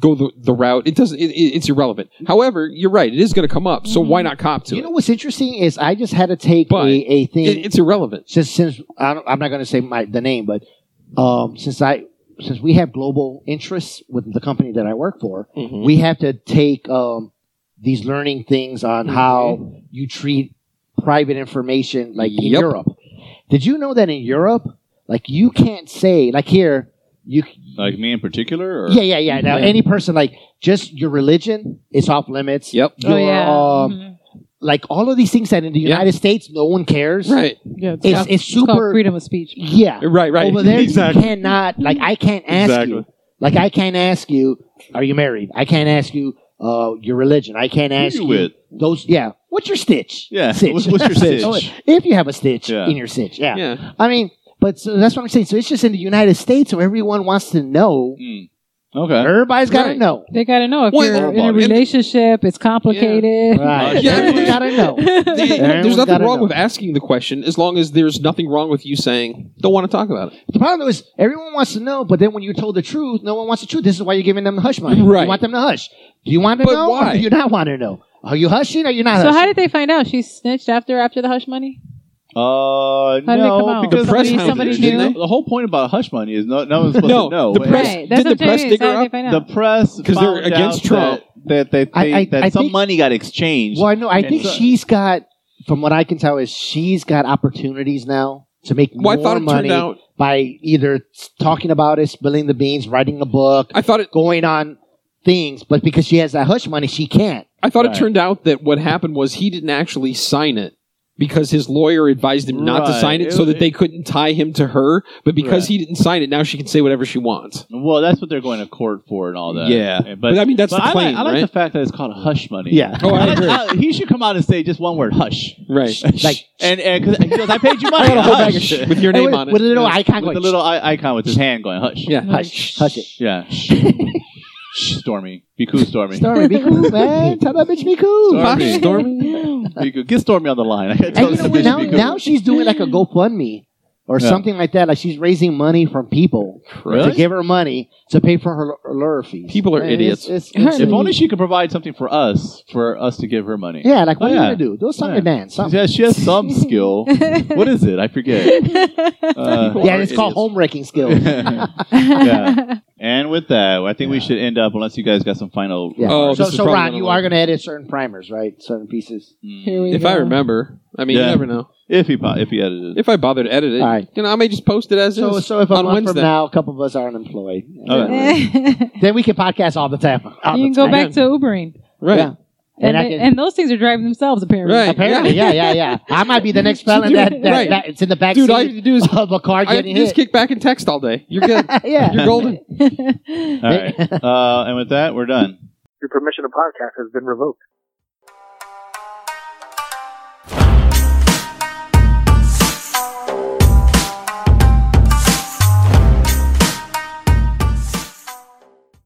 S4: go the, the route. It doesn't. It, it- it's irrelevant. However, you're right. It is going to come up. So why not cop to
S3: Mm-hmm. you
S4: it?
S3: know what's interesting is I just had to take a,
S4: But
S3: a thing.
S4: it? It's irrelevant.
S3: since since I don't, I'm not going to say my the name, but um, since I since we have global interests with the company that I work for, we have to take um, these learning things
S4: Mm-hmm.
S3: on how you treat private information, like in
S4: Yep.
S3: Europe. Did you know that in Europe, like you can't say like here you
S2: Like me in particular? Or?
S3: yeah yeah yeah now
S4: Yeah.
S3: any person like just your religion is off limits.
S4: Yep.
S3: Your,
S5: oh, yeah.
S3: um,
S5: Mhm.
S3: like all of these things that in the
S4: Yeah.
S3: United States no one cares.
S4: Right.
S5: yeah it's,
S3: It's,
S5: called-
S3: it's
S5: it's called
S3: super
S5: freedom of speech.
S3: yeah.
S4: Right. Right.
S3: Over there,
S2: Exactly.
S3: you cannot. Like, I can't ask
S2: Exactly.
S3: you. Like, I can't ask you, are you married? I can't ask you uh, your religion. I can't
S2: Who
S3: ask
S2: you
S3: you
S2: with?
S3: those. Yeah. What's your stitch?
S2: Yeah.
S3: Stitch.
S2: What's- what's your stitch?
S3: Oh, if you have a stitch
S2: Yeah.
S3: in your stitch. Yeah.
S4: Yeah.
S3: I mean, but so that's what I'm saying. So it's just in the United States where everyone wants to know.
S2: Mm. Okay.
S3: Everybody's got to
S4: Right.
S3: know.
S5: They got to know if
S4: Well,
S5: you're in
S2: and-
S5: a relationship, it's complicated.
S3: Right.
S2: Yeah.
S3: Everyone's got to know.
S4: There's
S3: Everyone's
S4: nothing
S3: gotta
S4: wrong
S3: know.
S4: with asking the question as long as there's nothing wrong with you saying don't want to talk about it.
S3: The problem is everyone wants to know, but then when you're told the truth, no one wants the truth. This is why you're giving them the hush money.
S4: Right.
S3: You want them to hush. Do you want to
S4: But
S3: know
S4: why?
S3: or do you not want to know? Are you hushing or you're not
S5: So
S3: hushing?
S5: how did they find out? She snitched after after the hush money?
S2: Uh,
S5: How did it come
S2: no,
S5: out?
S2: because
S4: The press
S2: somebody-
S4: hounded
S5: it,
S2: didn't
S5: didn't
S2: they? the whole point about hush money is no, no one's supposed
S4: No,
S2: to know.
S4: the
S2: But
S4: press-
S5: Right. That's
S4: did
S5: what
S4: the
S5: I'm
S4: press
S5: saying.
S4: dig
S5: So
S4: her
S5: how did
S4: up?
S5: they find
S2: the
S5: out?
S2: press
S4: 'Cause they're
S2: found
S4: against
S2: out
S4: Trump.
S2: that, that they think
S3: I- I-
S2: that
S3: I
S2: some
S3: think-
S2: money got exchanged.
S3: Well, I know. I
S2: And
S3: think
S2: so-
S3: she's got, from what I can tell, is she's got opportunities now to make
S4: Well, I
S3: more
S4: thought it turned
S3: money
S4: out.
S3: by either s- talking about it, spilling the beans, writing a book,
S4: I thought it.
S3: going on things. But because she has that hush money, she can't.
S4: I thought
S2: Right.
S4: it turned out that what happened was he didn't actually sign it because his lawyer advised him not to
S2: Right.
S4: sign it,
S2: It-
S4: so that they couldn't tie him to her. But because
S2: Right.
S4: he didn't sign it, now she can say whatever she wants.
S2: Well, that's what they're going to court for and all that.
S4: Yeah.
S2: but,
S4: But, I mean, that's
S2: but
S4: the
S2: I
S4: claim,
S2: like, I like
S4: right?
S2: the fact that it's called hush money.
S4: Oh, I
S2: I like-
S4: agree.
S2: I- he should come out and say just one word, hush,
S4: right.
S3: Like
S2: and and because I paid you money,
S4: I got a whole bag of
S2: hush.
S4: shit with your name
S3: with,
S4: on it.
S3: with a little icon,
S2: with
S3: going,
S2: the little I- icon with his hand going hush.
S4: Yeah.
S3: hush, hush it.
S2: yeah. Shh, Shh, Stormy, be cool, Stormy.
S3: Stormy, be cool, man. Tell that bitch be cool.
S2: Stormy.
S4: Hush, Stormy.
S2: Be cool. Get Stormy on the line. I gotta tell
S3: And you
S2: this
S3: know
S2: bitch
S3: what?
S2: to
S3: Now,
S2: be cool.
S3: now she's doing like a GoFundMe or
S2: Yeah.
S3: something like that. Like she's raising money from people
S2: Really?
S3: to give her money to pay for her l- lawyer fees.
S4: People are
S3: And
S4: idiots.
S3: It's, it's,
S5: Her-
S3: it's-
S2: If only she could provide something for us, for us to give her money.
S3: yeah, like what
S2: Oh,
S3: are you
S2: yeah.
S3: gonna do? Do something
S2: Yeah.
S3: to dance. Something.
S2: Yeah, she has some skill. What is it? I forget. Uh,
S4: People
S3: Yeah,
S4: are
S3: it's called
S4: idiots.
S3: home wrecking skills.
S2: yeah. And with that, I think we should end up unless you guys got some final.
S3: Yeah.
S4: Oh,
S3: so,
S4: this is
S3: so
S4: probably
S3: Ron,
S4: gonna
S3: you
S4: work.
S3: are gonna edit certain primers, right? Certain pieces.
S5: Here we
S4: If
S5: go.
S4: I remember, I mean,
S2: Yeah.
S4: you never know.
S2: Mm. If he po- if he edited it.
S4: If I bother to edit it,
S3: All right.
S4: you know, I may just post it as
S3: So,
S4: is.
S3: so if a
S4: on
S3: month
S4: Wednesday.
S3: from now, a couple of us are unemployed,
S2: All right.
S5: you
S3: then we can podcast all the time. All
S5: can
S3: the
S5: go
S3: time.
S5: back to Ubering.
S4: right?
S3: Yeah.
S5: And,
S3: And I
S5: they-
S3: can-
S5: and those things are driving themselves, apparently.
S4: Right.
S3: Apparently, yeah, yeah, yeah. I might be the next felon that, that,
S4: Right.
S3: that it's in the back
S4: Dude,
S3: seat
S4: all you have to do is-
S3: of a car
S4: I
S3: getting
S4: can just
S3: hit.
S4: kick back and text all day. You're good.
S3: yeah.
S4: You're golden.
S2: All right. Uh, and with that, we're done.
S1: Your permission to podcast has been revoked.